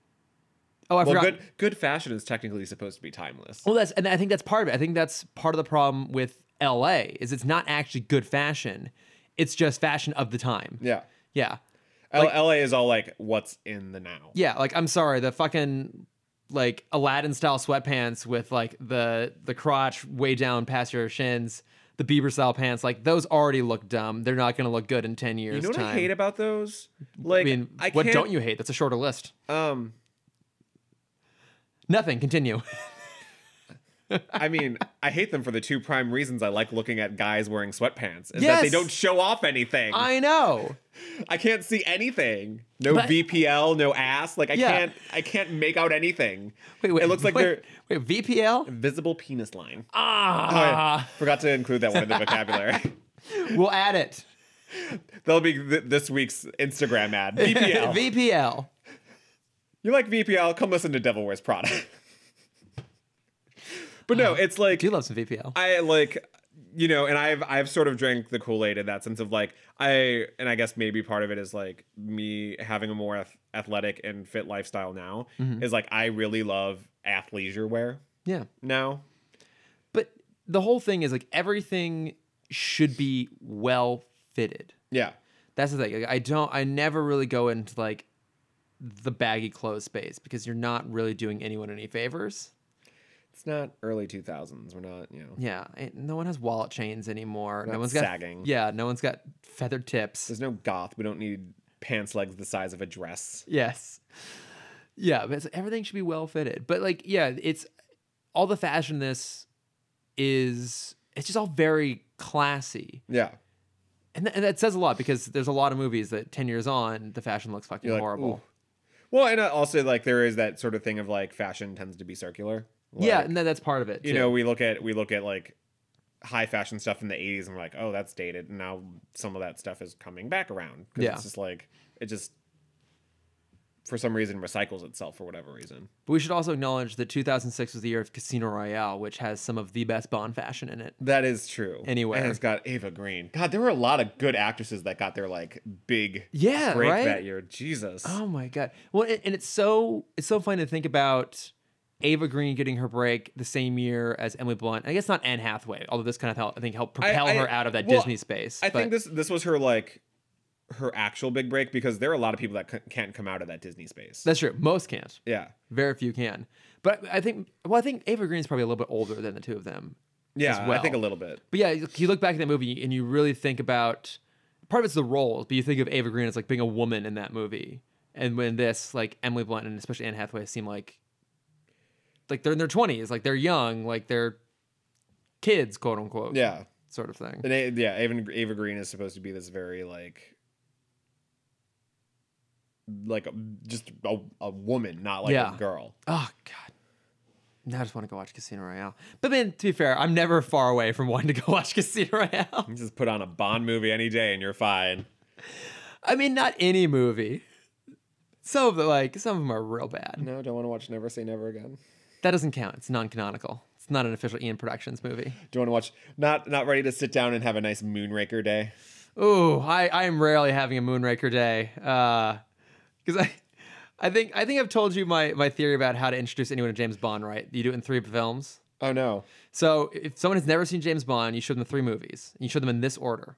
[SPEAKER 2] oh, I
[SPEAKER 1] Well,
[SPEAKER 2] forgot.
[SPEAKER 1] good good fashion is technically supposed to be timeless.
[SPEAKER 2] Well, that's and I think that's part of it. I think that's part of the problem with L.A. is it's not actually good fashion. It's just fashion of the time.
[SPEAKER 1] Yeah.
[SPEAKER 2] Yeah.
[SPEAKER 1] L- LA is all like what's in the now.
[SPEAKER 2] Yeah, like I'm sorry, the fucking like Aladdin style sweatpants with like the the crotch way down past your shins, the Bieber style pants, like those already look dumb. They're not gonna look good in ten years.
[SPEAKER 1] You know what
[SPEAKER 2] time.
[SPEAKER 1] I hate about those? Like
[SPEAKER 2] I mean,
[SPEAKER 1] I
[SPEAKER 2] what
[SPEAKER 1] can't-
[SPEAKER 2] don't you hate? That's a shorter list.
[SPEAKER 1] Um
[SPEAKER 2] Nothing. Continue.
[SPEAKER 1] I mean, I hate them for the two prime reasons I like looking at guys wearing sweatpants is that they
[SPEAKER 2] Yes!
[SPEAKER 1] don't show off anything. I,
[SPEAKER 2] I know.
[SPEAKER 1] can't see anything. No
[SPEAKER 2] But-
[SPEAKER 1] VPL, no ass. Like I
[SPEAKER 2] Yeah.
[SPEAKER 1] can't I can't make out anything.
[SPEAKER 2] Wait, wait.
[SPEAKER 1] It looks like Oh,
[SPEAKER 2] wait, they're wait VPL.
[SPEAKER 1] Visible penis line. Oh, yeah.
[SPEAKER 2] Ah,
[SPEAKER 1] Forgot to include that one in the vocabulary.
[SPEAKER 2] we'll add it.
[SPEAKER 1] That'll be th- this week's Instagram ad. VPL.
[SPEAKER 2] VPL.
[SPEAKER 1] you like VPL? Come listen to Devil Wears Prada. but no, it's like
[SPEAKER 2] Do you love some VPL?
[SPEAKER 1] I like you know, and I've I've sort of drank the Kool Aid in that sense of like I and I guess maybe part of it is like me having a more ath- athletic and fit lifestyle now is like I really love athleisure wear
[SPEAKER 2] yeah.
[SPEAKER 1] now.
[SPEAKER 2] But the whole thing is like everything should be well fitted.
[SPEAKER 1] Yeah,
[SPEAKER 2] That's the thing. Like, I don't. I never really go into like the baggy clothes space because you're not really doing anyone any favors.
[SPEAKER 1] it's not early two thousands. We're not you know
[SPEAKER 2] Yeah, ain't- no one has wallet chains anymore.
[SPEAKER 1] Not
[SPEAKER 2] no one's got
[SPEAKER 1] sagging.
[SPEAKER 2] Yeah, no one's got feathered tips.
[SPEAKER 1] there's no goth. We don't need pants legs the size of a dress.
[SPEAKER 2] Yes. Yeah, but it's, everything should be well fitted. But like, yeah, it's all the fashion in this is it's just all very classy.
[SPEAKER 1] Yeah.
[SPEAKER 2] And, th- and that says a lot because there's a lot of movies that 10 years on, the fashion looks fucking
[SPEAKER 1] You're like,
[SPEAKER 2] horrible.
[SPEAKER 1] "Ooh." Well, and uh, also like there is that sort of thing of like fashion tends to be circular.
[SPEAKER 2] yeah,
[SPEAKER 1] Like,
[SPEAKER 2] and that, that's part of it.
[SPEAKER 1] you
[SPEAKER 2] too.
[SPEAKER 1] know, we look at we look at like high fashion stuff in the 80s and we're like, "Oh, that's dated." And now some of that stuff is coming back around 'cause
[SPEAKER 2] Yeah.
[SPEAKER 1] it's just like it just for some reason recycles itself for whatever reason.
[SPEAKER 2] But we should also acknowledge that 2006 was the year of Casino Royale, which has some of the best Bond fashion in it.
[SPEAKER 1] That is true.
[SPEAKER 2] Anywhere.
[SPEAKER 1] And it's got Ava Green. God, there were a lot of good actresses that got their like big
[SPEAKER 2] Yeah,
[SPEAKER 1] break
[SPEAKER 2] right?
[SPEAKER 1] that year. Jesus.
[SPEAKER 2] Oh my god! Well, and, and it's so it's so funny to think about Ava Green getting her break the same year as Emily Blunt. I guess not Anne Hathaway, although this kind of helped, I think helped
[SPEAKER 1] I-
[SPEAKER 2] propel
[SPEAKER 1] I-
[SPEAKER 2] her out of that
[SPEAKER 1] well,
[SPEAKER 2] Disney space.
[SPEAKER 1] I think
[SPEAKER 2] but-
[SPEAKER 1] this this was her like her actual big break because there are a lot of people that c- can't come out of that Disney space.
[SPEAKER 2] that's true. Most can't.
[SPEAKER 1] yeah.
[SPEAKER 2] Very few can. But I think well, I think Ava Green's probably a little bit older than the two of them.
[SPEAKER 1] Yeah, I
[SPEAKER 2] well.
[SPEAKER 1] think a little bit.
[SPEAKER 2] But yeah, you look back at that movie and you really think about part of it's the roles, but you think of Ava Green as like being a woman in that movie, and when this like Emily Blunt and especially Anne Hathaway seem like like they're in their twenties, like they're young, like they're kids, quote unquote,
[SPEAKER 1] Yeah.
[SPEAKER 2] sort of thing.
[SPEAKER 1] And A- yeah, Ava, Ava Green is supposed to be this very like like a, just a, a woman, not like
[SPEAKER 2] Yeah.
[SPEAKER 1] a girl.
[SPEAKER 2] Oh God, now I just want to go watch Casino Royale. But then, to be fair, I'm never far away from wanting to go watch Casino Royale.
[SPEAKER 1] You just put on a Bond movie any day and you're fine.
[SPEAKER 2] I mean, not any movie. Some of the like some of them are real bad.
[SPEAKER 1] No, don't want to watch Never Say Never Again.
[SPEAKER 2] That doesn't count. It's non-canonical. It's not an official Ian Productions movie.
[SPEAKER 1] Do you want to watch not not ready to sit down and have a nice Moonraker day?
[SPEAKER 2] Ooh, I I am rarely having a Moonraker day. Uh 'cause because I. I think I think I've told you my, my theory about how to introduce anyone to James Bond, right? You do it in three films.
[SPEAKER 1] Oh no.
[SPEAKER 2] So if someone has never seen James Bond, you show them the three movies. And you show them in this order.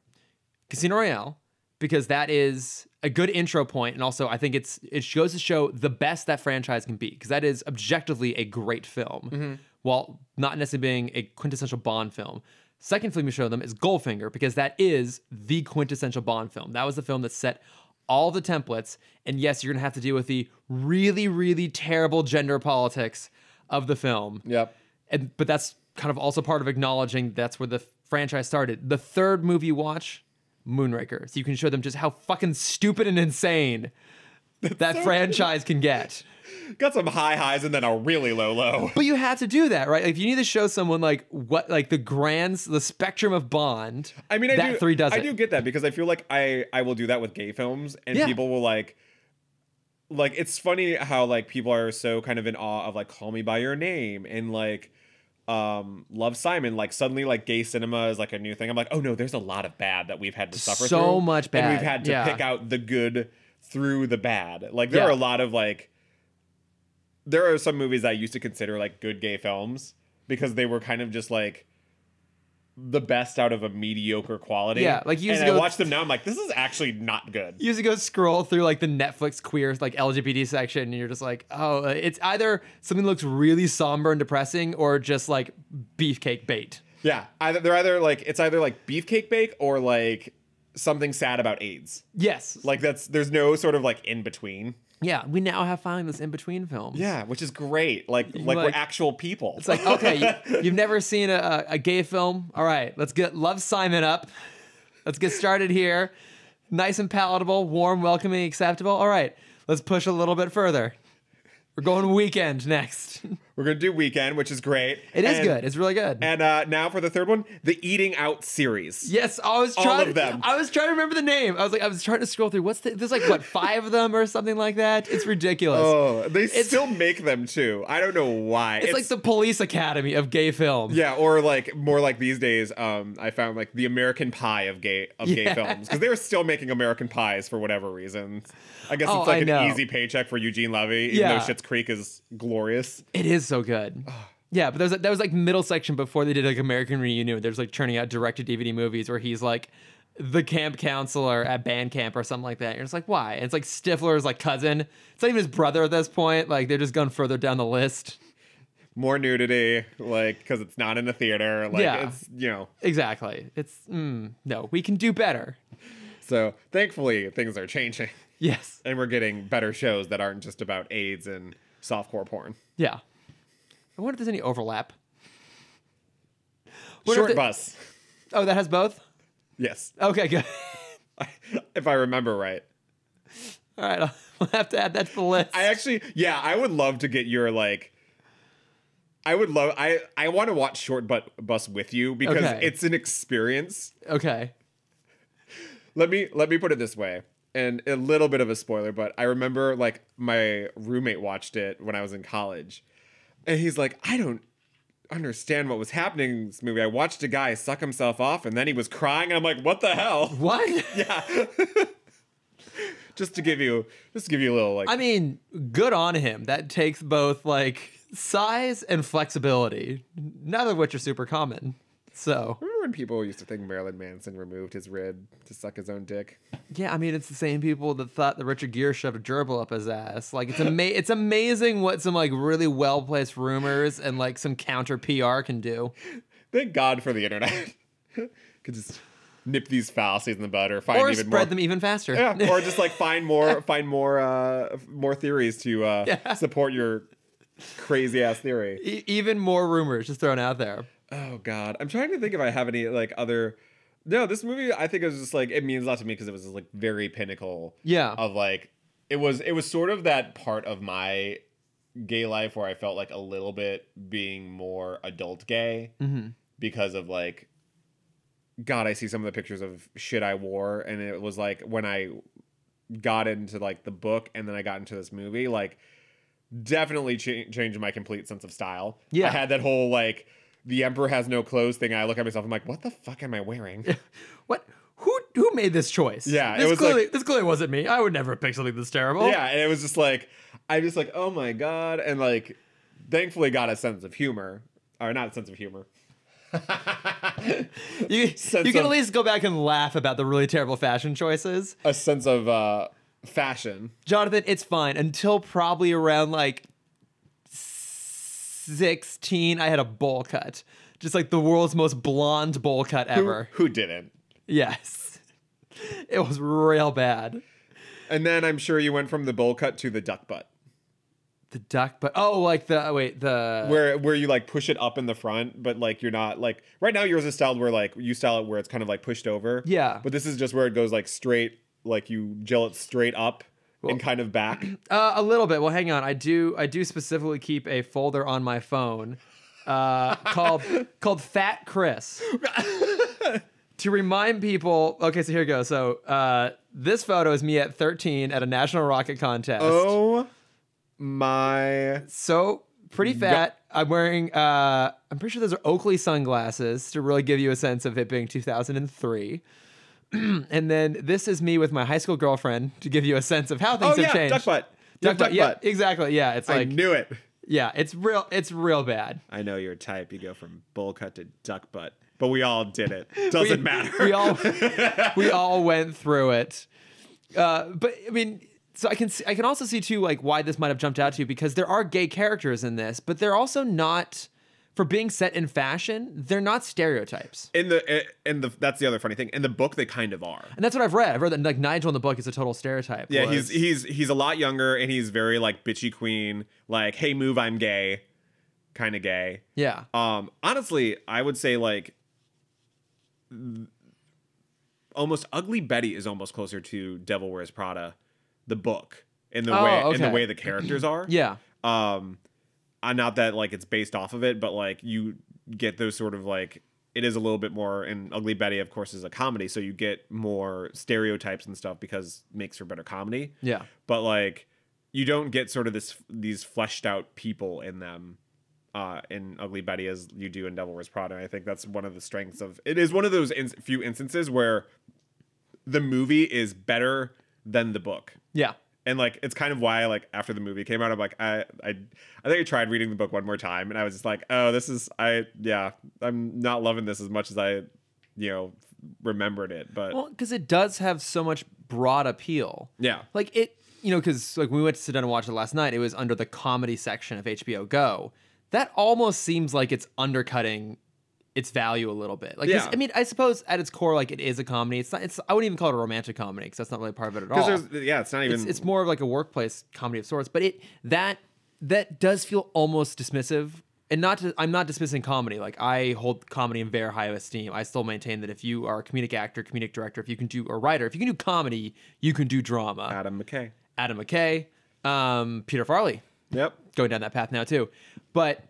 [SPEAKER 2] Casino Royale, because that is a good intro point, and also I think it's it goes to show the best that franchise can be, because that is objectively a great film, while not necessarily being a quintessential Bond film. Second film you show them is Goldfinger, because that is the quintessential Bond film. That was the film that set all the templates, and yes, you're gonna have to deal with the really, really terrible gender politics of the film
[SPEAKER 1] Yep.
[SPEAKER 2] and but that's kind of also part of acknowledging that's where the franchise started. The third movie you watch, Moonraker, so you can show them just how fucking stupid and insane that franchise can get.
[SPEAKER 1] Got some high highs and then a really low low.
[SPEAKER 2] But you have to do that, right? Like, if you need to show someone like what, like the grands, the spectrum of Bond.
[SPEAKER 1] I mean, I
[SPEAKER 2] that
[SPEAKER 1] do,
[SPEAKER 2] three does
[SPEAKER 1] I
[SPEAKER 2] it.
[SPEAKER 1] do get that because I feel like I I will do that with gay films, and
[SPEAKER 2] Yeah.
[SPEAKER 1] people will like, like it's funny how like people are so kind of in awe of like Call Me by Your Name and like, um, Love Simon. Like suddenly, like gay cinema is like a new thing. I'm like, oh no, there's a lot of bad that we've had to suffer
[SPEAKER 2] So
[SPEAKER 1] through,
[SPEAKER 2] much
[SPEAKER 1] and
[SPEAKER 2] bad,
[SPEAKER 1] we've had to
[SPEAKER 2] yeah.
[SPEAKER 1] pick out the good through the bad. Like there
[SPEAKER 2] Yeah.
[SPEAKER 1] are a lot of like, there are some movies I used to consider like good gay films because they were kind of just like the best out of a mediocre quality.
[SPEAKER 2] Yeah, like, you used
[SPEAKER 1] and
[SPEAKER 2] to
[SPEAKER 1] I
[SPEAKER 2] go-
[SPEAKER 1] watch them now. I'm like, this is actually not good.
[SPEAKER 2] You used to go scroll through like the Netflix queer like LGBT section, and you're just like, oh, it's either something that looks really somber and depressing, or just like beefcake bait.
[SPEAKER 1] Yeah, either they're either like it's either like beefcake bake or like something sad about AIDS.
[SPEAKER 2] Yes,
[SPEAKER 1] Like that's there's no sort of like in between.
[SPEAKER 2] Yeah, we now have found this in between films.
[SPEAKER 1] Yeah, which is great. Like like, we're
[SPEAKER 2] like-
[SPEAKER 1] actual people.
[SPEAKER 2] It's like, okay, you, you've never seen a, a- a gay film. All right, let's get Love Simon up. Let's get started here. Nice and palatable, warm, welcoming, acceptable. All right, let's push a little bit further. We're going weekend next.
[SPEAKER 1] we're gonna do weekend, which is great.
[SPEAKER 2] It is
[SPEAKER 1] And-
[SPEAKER 2] good. It's really good.
[SPEAKER 1] And uh, now for the third one, the eating out series.
[SPEAKER 2] yes, I was
[SPEAKER 1] all
[SPEAKER 2] trying.
[SPEAKER 1] of them.
[SPEAKER 2] I was trying to remember the name. I was like, I was trying to scroll through. What's the, there's like what five of them or something like that. It's ridiculous.
[SPEAKER 1] Oh, they still make them too. I don't know why.
[SPEAKER 2] it's, like the police academy of gay film.
[SPEAKER 1] Yeah, or like more like these days, um, I found like the American Pie of gay of gay
[SPEAKER 2] Yeah.
[SPEAKER 1] films because they're still making American Pies for whatever reasons. I guess
[SPEAKER 2] Oh,
[SPEAKER 1] it's
[SPEAKER 2] I
[SPEAKER 1] like
[SPEAKER 2] know.
[SPEAKER 1] an easy paycheck for Eugene Levy, even
[SPEAKER 2] Yeah.
[SPEAKER 1] though Schitt's Creek is glorious.
[SPEAKER 2] It is so good. yeah, but there was that was like middle section before they did like American Reunion. There's like churning out direct to DVD movies where he's like the camp counselor at band camp or something like that. You're just like, why? And it's like Stifler's like cousin. It's not even his brother at this point. Like they're just going further down the list.
[SPEAKER 1] More nudity, like because it's not in the theater. Like
[SPEAKER 2] Yeah.
[SPEAKER 1] it's you know.
[SPEAKER 2] Exactly. It's mm, no, we can do better.
[SPEAKER 1] So thankfully things are changing,
[SPEAKER 2] Yes.
[SPEAKER 1] and we're getting better shows that aren't just about AIDS and softcore porn.
[SPEAKER 2] Yeah. I wonder if there's any overlap. Wonder if
[SPEAKER 1] Short
[SPEAKER 2] the-
[SPEAKER 1] bus.
[SPEAKER 2] Oh, that has both.
[SPEAKER 1] Yes,
[SPEAKER 2] Okay, good.
[SPEAKER 1] if I remember right.
[SPEAKER 2] All right, I'll, we'll have to add that to the list.
[SPEAKER 1] I actually, yeah, I would love to get your like. I would love. I I want to watch Short but Bus with you because
[SPEAKER 2] Okay.
[SPEAKER 1] it's an experience.
[SPEAKER 2] okay.
[SPEAKER 1] Let me let me put it this way, and a little bit of a spoiler, but I remember like my roommate watched it when I was in college, and he's like, I don't understand what was happening in this movie. I watched a guy suck himself off, and then he was crying. And I'm like, what the hell?
[SPEAKER 2] What?
[SPEAKER 1] Yeah. just to give you, just to give you a little like.
[SPEAKER 2] I mean, good on him. That takes both like size and flexibility, neither of which are super common. So,
[SPEAKER 1] Remember when people used to think Marilyn Manson removed his rib to suck his own dick?
[SPEAKER 2] yeah, I mean, it's the same people that thought that Richard Gere shoved a gerbil up his ass. Like, it's ama- it's amazing what some like really well placed rumors and like some counter PR can do.
[SPEAKER 1] Thank God for the internet. Could just nip these fallacies in the bud or find
[SPEAKER 2] Or
[SPEAKER 1] even
[SPEAKER 2] spread
[SPEAKER 1] more.
[SPEAKER 2] them even faster.
[SPEAKER 1] yeah, or just like find more, find more, uh, more theories to uh,
[SPEAKER 2] Yeah.
[SPEAKER 1] support your crazy ass theory.
[SPEAKER 2] E- even more rumors just thrown out there.
[SPEAKER 1] Oh God, I'm trying to think if I have any like other. No, this movie I think it was just like it means a lot to me because it was like very pinnacle
[SPEAKER 2] Yeah.
[SPEAKER 1] of like it was it was sort of that part of my gay life where I felt like a little bit being more adult gay
[SPEAKER 2] hmm
[SPEAKER 1] because of like God, I see some of the pictures of shit I wore and it was like when I got into like the book and then I got into this movie, like definitely cha- changed my complete sense of style.
[SPEAKER 2] Yeah.
[SPEAKER 1] I had that whole like the emperor has no clothes thing. I look at myself, I'm like, what the fuck am I wearing?
[SPEAKER 2] What? Who who made this choice?
[SPEAKER 1] Yeah, it
[SPEAKER 2] this
[SPEAKER 1] was
[SPEAKER 2] clearly this clearly wasn't me. I would never pick something this terrible.
[SPEAKER 1] Yeah, and it was just like I'm just like, oh my god, and like thankfully got a sense of humor. Or not a sense of humor.
[SPEAKER 2] you, you
[SPEAKER 1] Sense
[SPEAKER 2] can at
[SPEAKER 1] of-
[SPEAKER 2] least go back and laugh about the really terrible fashion choices.
[SPEAKER 1] a sense of uh fashion.
[SPEAKER 2] Jonathan, it's fine until probably around like 16 I had a bowl cut. Just like the world's most blonde bowl cut
[SPEAKER 1] Who,
[SPEAKER 2] ever.
[SPEAKER 1] who didn't?
[SPEAKER 2] Yes. It was real bad.
[SPEAKER 1] And then I'm sure you went from the bowl cut to the duck butt.
[SPEAKER 2] The duck but oh like the wait, the
[SPEAKER 1] Where where you like push it up in the front, but like you're not like right now yours is styled where like you style it where it's kind of like pushed over.
[SPEAKER 2] Yeah.
[SPEAKER 1] But this is just where it goes like straight, like you gel it straight up and kind of back.
[SPEAKER 2] Uh, a little bit. Well, hang on. I do. I do specifically keep a folder on my phone uh, called called Fat Chris to remind people. Okay, so here goes. So uh, this photo is me at 13 at a national rocket contest.
[SPEAKER 1] Oh my
[SPEAKER 2] So pretty fat. I'm wearing. Uh, I'm pretty sure those are Oakley sunglasses to really give you a sense of it being 2003. and then this is me with my high school girlfriend to give you a sense of how things
[SPEAKER 1] Oh yeah,
[SPEAKER 2] have changed.
[SPEAKER 1] duck butt.
[SPEAKER 2] Duck butt, yeah,
[SPEAKER 1] butt.
[SPEAKER 2] exactly. Yeah, it's
[SPEAKER 1] I
[SPEAKER 2] like
[SPEAKER 1] knew it.
[SPEAKER 2] yeah, it's real. It's real bad.
[SPEAKER 1] I know your type. You go from bowl cut to duck butt, but we all did it. Doesn't
[SPEAKER 2] We-
[SPEAKER 1] matter.
[SPEAKER 2] We all we all went through it. Uh, but I mean, so I can see, I can also see too like why this might have jumped out to you because there are gay characters in this, but they're also not for being set in fashion. They're not stereotypes.
[SPEAKER 1] in the eh, in the that's the other funny thing. In the book, they kind of are.
[SPEAKER 2] And that's what I've read. I've read that like Nigel in the book is a total stereotype.
[SPEAKER 1] Yeah,
[SPEAKER 2] was-
[SPEAKER 1] he's he's he's a lot younger and he's very like bitchy queen, like hey move I'm gay, kind of gay.
[SPEAKER 2] yeah,
[SPEAKER 1] Um, honestly, I would say like th- almost Ugly Betty is almost closer to Devil Wears Prada, the book in the
[SPEAKER 2] Oh,
[SPEAKER 1] way in the
[SPEAKER 2] okay.
[SPEAKER 1] way the characters are.
[SPEAKER 2] yeah,
[SPEAKER 1] um i not that like it's based off of it but like you get those sort of like it is a little bit more and ugly betty of course is a comedy so you get more stereotypes and stuff because it makes for better comedy
[SPEAKER 2] yeah.
[SPEAKER 1] but like you don't get sort of this these fleshed out people in them uh in ugly betty as you do in devil wears prada and i think that's one of the strengths of it is one of those in- few instances where the movie is better than the book
[SPEAKER 2] Yeah.
[SPEAKER 1] and like it's kind of why like after the movie came out i'm like i i i think i tried reading the book one more time and i was just like oh this is i yeah i'm not loving this as much as i you know remembered it but
[SPEAKER 2] Well, because it does have so much broad appeal.
[SPEAKER 1] yeah
[SPEAKER 2] like it you know because like when we went to sit down and watch it last night it was under the comedy section of hbo go that almost seems like it's undercutting its value a little bit like this-
[SPEAKER 1] Yeah.
[SPEAKER 2] i mean i suppose at its core like it is a comedy it's not it's i wouldn't even call it a romantic comedy because that's not really part of it at all
[SPEAKER 1] because there's yeah it's not even
[SPEAKER 2] it's, it's more of like a workplace comedy of sorts but it that that does feel almost dismissive and not to, I'm not dismissing comedy. Like I hold comedy in very high esteem. I still maintain that if you are a comedic actor, comedic director, if you can do a writer, if you can do comedy, you can do drama.
[SPEAKER 1] Adam McKay.
[SPEAKER 2] Adam McKay, um, Peter Farley,
[SPEAKER 1] Yep.
[SPEAKER 2] going down that path now too. But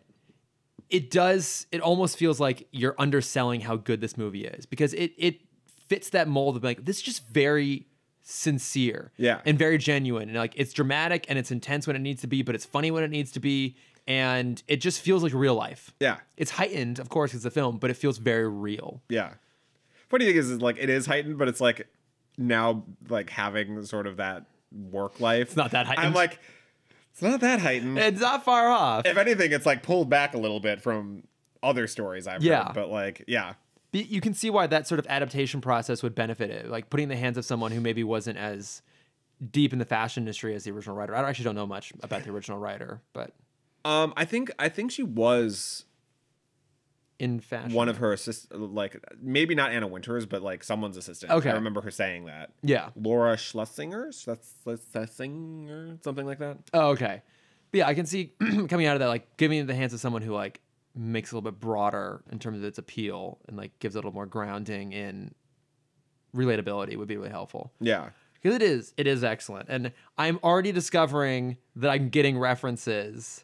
[SPEAKER 2] it does it almost feels like you're underselling how good this movie is because it it fits that mold of like this is just very sincere
[SPEAKER 1] Yeah.
[SPEAKER 2] and very genuine and like it's dramatic and it's intense when it needs to be but it's funny when it needs to be and it just feels like real life
[SPEAKER 1] Yeah.
[SPEAKER 2] it's heightened of course 'cause it's a film but it feels very real
[SPEAKER 1] Yeah. Funny thing is, is like it is heightened, but it's like now like having sort of that work life. It's
[SPEAKER 2] not that heightened. Eh.
[SPEAKER 1] I'm like, it's not that heightened.
[SPEAKER 2] it's not far off
[SPEAKER 1] if anything, it's like pulled back a little bit from other stories I've
[SPEAKER 2] Yeah.
[SPEAKER 1] heard. But like, yeah.
[SPEAKER 2] y- you can see why that sort of adaptation process would benefit it like putting it in the hands of someone who maybe wasn't as deep in the fashion industry as the original writer i don't- actually don't know much about the original writer but
[SPEAKER 1] Um, I think I think she was
[SPEAKER 2] in fashion
[SPEAKER 1] one of her assist, like maybe not Anna Winters, but like someone's assistant.
[SPEAKER 2] Okay.
[SPEAKER 1] I remember her saying that.
[SPEAKER 2] yeah
[SPEAKER 1] Laura Schlesinger, Schles- Schlesinger, something like that.
[SPEAKER 2] oh, okay but yeah i can see coming out of that like giving it in the hands of someone who like makes it a little bit broader in terms of its appeal and like gives it a little more grounding in relatability would be really helpful
[SPEAKER 1] Yeah,
[SPEAKER 2] because it is it is excellent and i'm already discovering that i'm getting references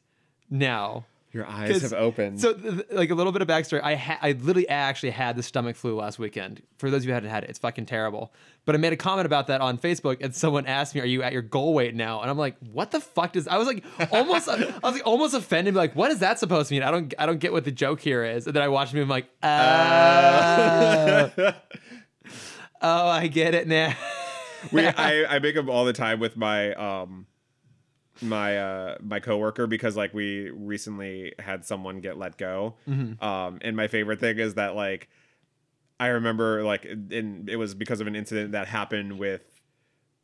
[SPEAKER 2] now
[SPEAKER 1] your eyes
[SPEAKER 2] 'Cause-
[SPEAKER 1] have opened.
[SPEAKER 2] So, th- th- like a little bit of backstory, I ha- I literally actually had the stomach flu last weekend. For those of you who hadn't had it, it's fucking terrible. But I made a comment about that on Facebook, and someone asked me, "Are you at your goal weight now?" And I'm like, "What the fuck does?" I was like, almost, I was like, almost offended, like, "What is that supposed to mean?" I don't, I don't get what the joke here is. And then I watched me, I'm like, "Oh,
[SPEAKER 1] Uh.
[SPEAKER 2] uh, oh, I get it now."
[SPEAKER 1] we, I, I make them all the time with my um my uh my coworker because like we recently had someone get let go um and my favorite thing is that like i remember like in it was because of an incident that happened with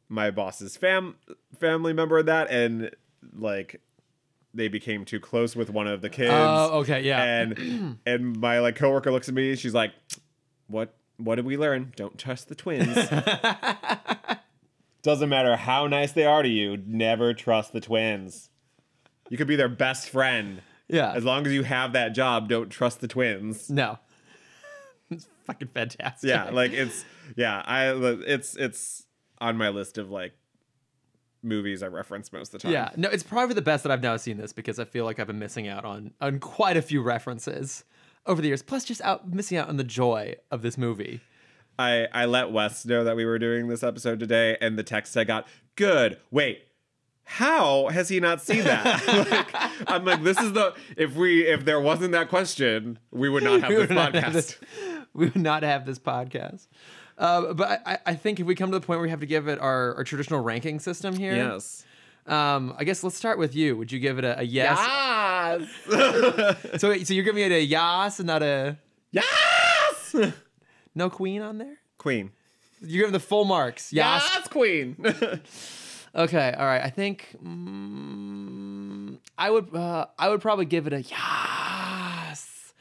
[SPEAKER 1] my boss's fam family member of that and like they became too close with one of the kids
[SPEAKER 2] Oh, okay, yeah.
[SPEAKER 1] and and my like coworker looks at me and she's like what what did we learn don't trust the twins doesn't matter how nice they are to you never trust the twins you could be their best friend
[SPEAKER 2] yeah.
[SPEAKER 1] as long as you have that job don't trust the twins
[SPEAKER 2] no. it's fucking fantastic.
[SPEAKER 1] yeah like it's yeah i it's it's on my list of like movies i reference most of the time
[SPEAKER 2] Yeah, no, it's probably the best that I've now seen this because I feel like I've been missing out on on quite a few references over the years. Plus, just out missing out on the joy of this movie.
[SPEAKER 1] I, I let Wes know that we were doing this episode today, and the text I got, good. Wait, how has he not seen that? like, I'm like, this is the if we if there wasn't that question, we would not have
[SPEAKER 2] We
[SPEAKER 1] this
[SPEAKER 2] would not have
[SPEAKER 1] podcast.
[SPEAKER 2] this- we would not have this podcast. Uh, but I, I- I think if we come to the point where we have to give it our, our traditional ranking system here,
[SPEAKER 1] Yes.
[SPEAKER 2] um, I guess let's start with you. Would you give it a, a yes?
[SPEAKER 1] Yes.
[SPEAKER 2] So, so you're giving it a yes and not a
[SPEAKER 1] yes.
[SPEAKER 2] no queen on there?
[SPEAKER 1] Queen.
[SPEAKER 2] You're giving the full marks. Yes.
[SPEAKER 1] Queen.
[SPEAKER 2] Okay, all right. I think mm, I would uh, I would probably give it a yes.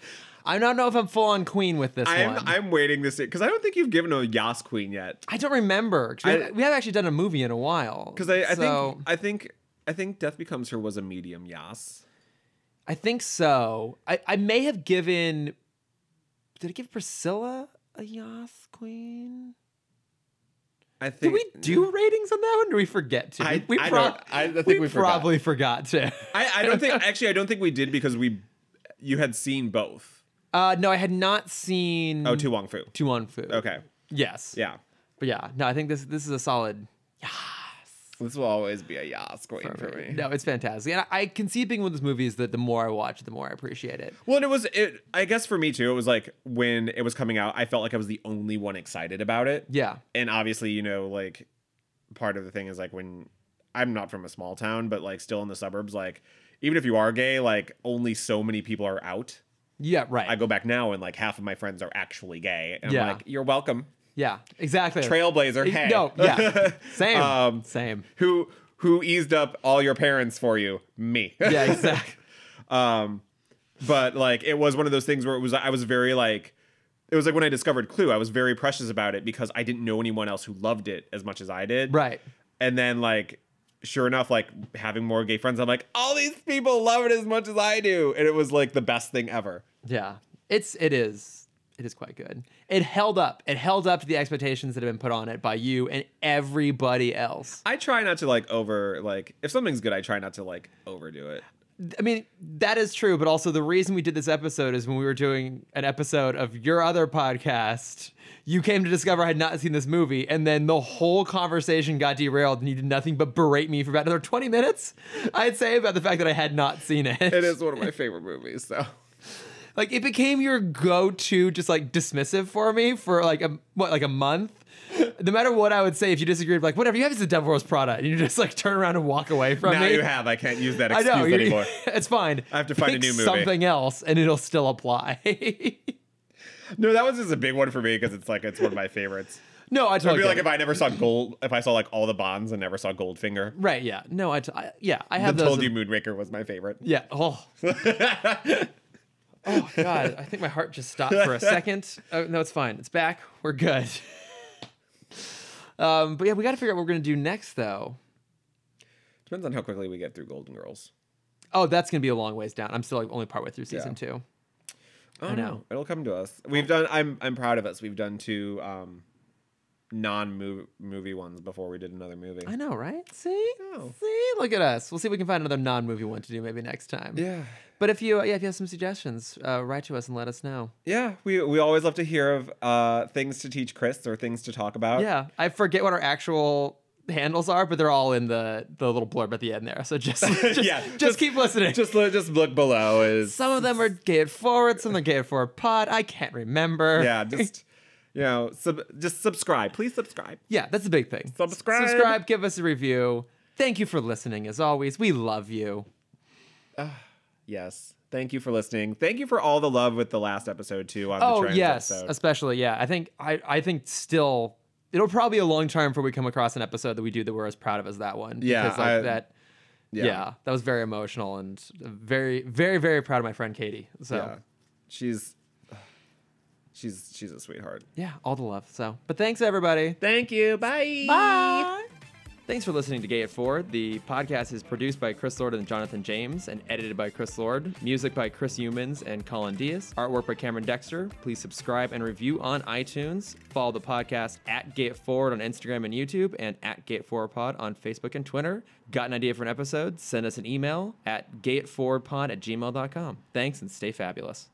[SPEAKER 2] I don't know if I'm full on queen with this
[SPEAKER 1] I'm
[SPEAKER 2] one. I,
[SPEAKER 1] I'm waiting to see because I don't think you've given a Yas Queen yet.
[SPEAKER 2] don't remember. 'cause we,
[SPEAKER 1] I-
[SPEAKER 2] haven't- we haven't actually done a movie in a while.
[SPEAKER 1] Because I, I
[SPEAKER 2] so,
[SPEAKER 1] think I think I think Death Becomes Her was a medium Yas.
[SPEAKER 2] I think so. I, I may have given. Did I give Priscilla a yes queen?
[SPEAKER 1] I
[SPEAKER 2] Did
[SPEAKER 1] think
[SPEAKER 2] we do ratings on that one? Or do we forget to?
[SPEAKER 1] I-
[SPEAKER 2] we
[SPEAKER 1] I
[SPEAKER 2] prob-
[SPEAKER 1] don't- I- I think we forgot.
[SPEAKER 2] probably forgot to.
[SPEAKER 1] I, I don't think actually I don't think we did because we you had seen both.
[SPEAKER 2] Uh, no, I had not seen.
[SPEAKER 1] Oh, Tu Wong Fu.
[SPEAKER 2] Tu Wan Fu.
[SPEAKER 1] Okay.
[SPEAKER 2] Yes.
[SPEAKER 1] Yeah.
[SPEAKER 2] But yeah, no, I think this this is a solid.
[SPEAKER 1] This will always be a Yas queen
[SPEAKER 2] No, it's fantastic, and I, I can see it being one of those movies that the more I watch, the more I appreciate it.
[SPEAKER 1] Well, and it was it I guess for me too, it was like when it was coming out, I felt like I was the only one excited about it.
[SPEAKER 2] Yeah,
[SPEAKER 1] And obviously, you know, like part of the thing is like when I'm not from a small town, but like still in the suburbs, like even if you are gay, like only so many people are out.
[SPEAKER 2] yeah, right.
[SPEAKER 1] I go back now and like half of my friends are actually gay. And
[SPEAKER 2] Yeah.
[SPEAKER 1] I'm like, you're welcome.
[SPEAKER 2] yeah, exactly.
[SPEAKER 1] Trailblazer. Hey.
[SPEAKER 2] No, yeah, same,
[SPEAKER 1] Um,
[SPEAKER 2] same.
[SPEAKER 1] who who eased up all your parents for you me
[SPEAKER 2] Yeah, exactly.
[SPEAKER 1] um but like it was one of those things where it was i was very like it was like when i discovered clue i was very precious about it because i didn't know anyone else who loved it as much as i did
[SPEAKER 2] right.
[SPEAKER 1] and then like sure enough, like having more gay friends, I'm like, all these people love it as much as I do. And it was like the best thing ever.
[SPEAKER 2] Yeah, it's it is it is quite good. It held up. It held up to the expectations that have been put on it by you and everybody else.
[SPEAKER 1] I try not to like over like if something's good, I try not to like overdo it.
[SPEAKER 2] I mean, that is true, but also the reason we did this episode is when we were doing an episode of your other podcast, you came to discover I had not seen this movie, and then the whole conversation got derailed, and you did nothing but berate me for about another 20 minutes, I'd say, about the fact that I had not seen it.
[SPEAKER 1] It is one of my favorite movies, so
[SPEAKER 2] Like, it became your go to, just like dismissive for me for like a, what, like a month? No matter what I would say, if you disagreed, like, whatever, you have is a Devil Rose product, and you just like turn around and walk away from
[SPEAKER 1] now
[SPEAKER 2] me.
[SPEAKER 1] you have. I can't use that
[SPEAKER 2] I
[SPEAKER 1] excuse
[SPEAKER 2] know. you're-
[SPEAKER 1] anymore.
[SPEAKER 2] It's fine. I
[SPEAKER 1] have to find a new movie.
[SPEAKER 2] Something else, and it'll still apply.
[SPEAKER 1] No, that was just a big one for me because it's like it's one of my favorites.
[SPEAKER 2] no, I
[SPEAKER 1] It'd
[SPEAKER 2] totally
[SPEAKER 1] be like
[SPEAKER 2] get
[SPEAKER 1] if
[SPEAKER 2] it.
[SPEAKER 1] I never saw Gold, if I saw like all the Bonds and never saw Goldfinger.
[SPEAKER 2] right. Yeah. No, I, t- I yeah. I
[SPEAKER 1] I
[SPEAKER 2] have those.
[SPEAKER 1] told you Moonraker was my favorite.
[SPEAKER 2] Yeah. Oh. oh God. I think my heart just stopped for a second. Oh no, it's fine. It's back. We're good. Um, but yeah, we got to figure out what we're gonna do next, though.
[SPEAKER 1] Depends on how quickly we get through Golden Girls.
[SPEAKER 2] Oh, that's gonna be a long ways down. I'm still like only partway through season
[SPEAKER 1] Yeah.
[SPEAKER 2] two.
[SPEAKER 1] Oh,
[SPEAKER 2] I know.
[SPEAKER 1] no, it'll come to us. We've done. I'm I'm proud of us. We've done two um, non movie ones before we did another movie.
[SPEAKER 2] I know, right? See,
[SPEAKER 1] Oh.
[SPEAKER 2] see, look at us. We'll see if we can find another non-movie one to do maybe next time.
[SPEAKER 1] Yeah,
[SPEAKER 2] But if you, uh, yeah, if you have some suggestions, uh, write to us and let us know.
[SPEAKER 1] yeah. We we always love to hear of uh, things to teach Chris or things to talk about.
[SPEAKER 2] Yeah, I forget what our actual handles are, but they're all in the the little blurb at the end there. So just, just
[SPEAKER 1] Yeah,
[SPEAKER 2] just,
[SPEAKER 1] just-
[SPEAKER 2] keep listening.
[SPEAKER 1] Just look, just look below is
[SPEAKER 2] some of them are gay at forward, some are gay at forward pod. I can't remember.
[SPEAKER 1] yeah. Just you know, sub, just subscribe. Please subscribe.
[SPEAKER 2] yeah, that's the big thing.
[SPEAKER 1] Subscribe.
[SPEAKER 2] subscribe, give us a review. Thank you for listening, as always. We love you.
[SPEAKER 1] Yes. Thank you for listening. Thank you for all the love with the last episode too. On the
[SPEAKER 2] Oh
[SPEAKER 1] trans
[SPEAKER 2] yes,
[SPEAKER 1] episode.
[SPEAKER 2] especially yeah. I think I I think still it'll probably be a long time before we come across an episode that we do that we're as proud of as that one.
[SPEAKER 1] Yeah,
[SPEAKER 2] because, like
[SPEAKER 1] I-
[SPEAKER 2] that. Yeah. that was very emotional and very very very proud of my friend Katie. So
[SPEAKER 1] yeah. She's she's she's a sweetheart.
[SPEAKER 2] yeah, all the love. So, but thanks everybody.
[SPEAKER 1] Thank you. Bye.
[SPEAKER 2] Bye. Thanks for listening to Gay at Forward. The podcast is produced by Chris Lord and Jonathan James and edited by Chris Lord. Music by Chris Humans and Colin Diaz. Artwork by Cameron Dexter. Please subscribe and review on iTunes. Follow the podcast at Gay It Forward on Instagram and YouTube and at Gay It Forward Pod on Facebook and Twitter. Got an idea for an episode? Send us an email at gayitforwardpod at gmail.com. Thanks and stay fabulous.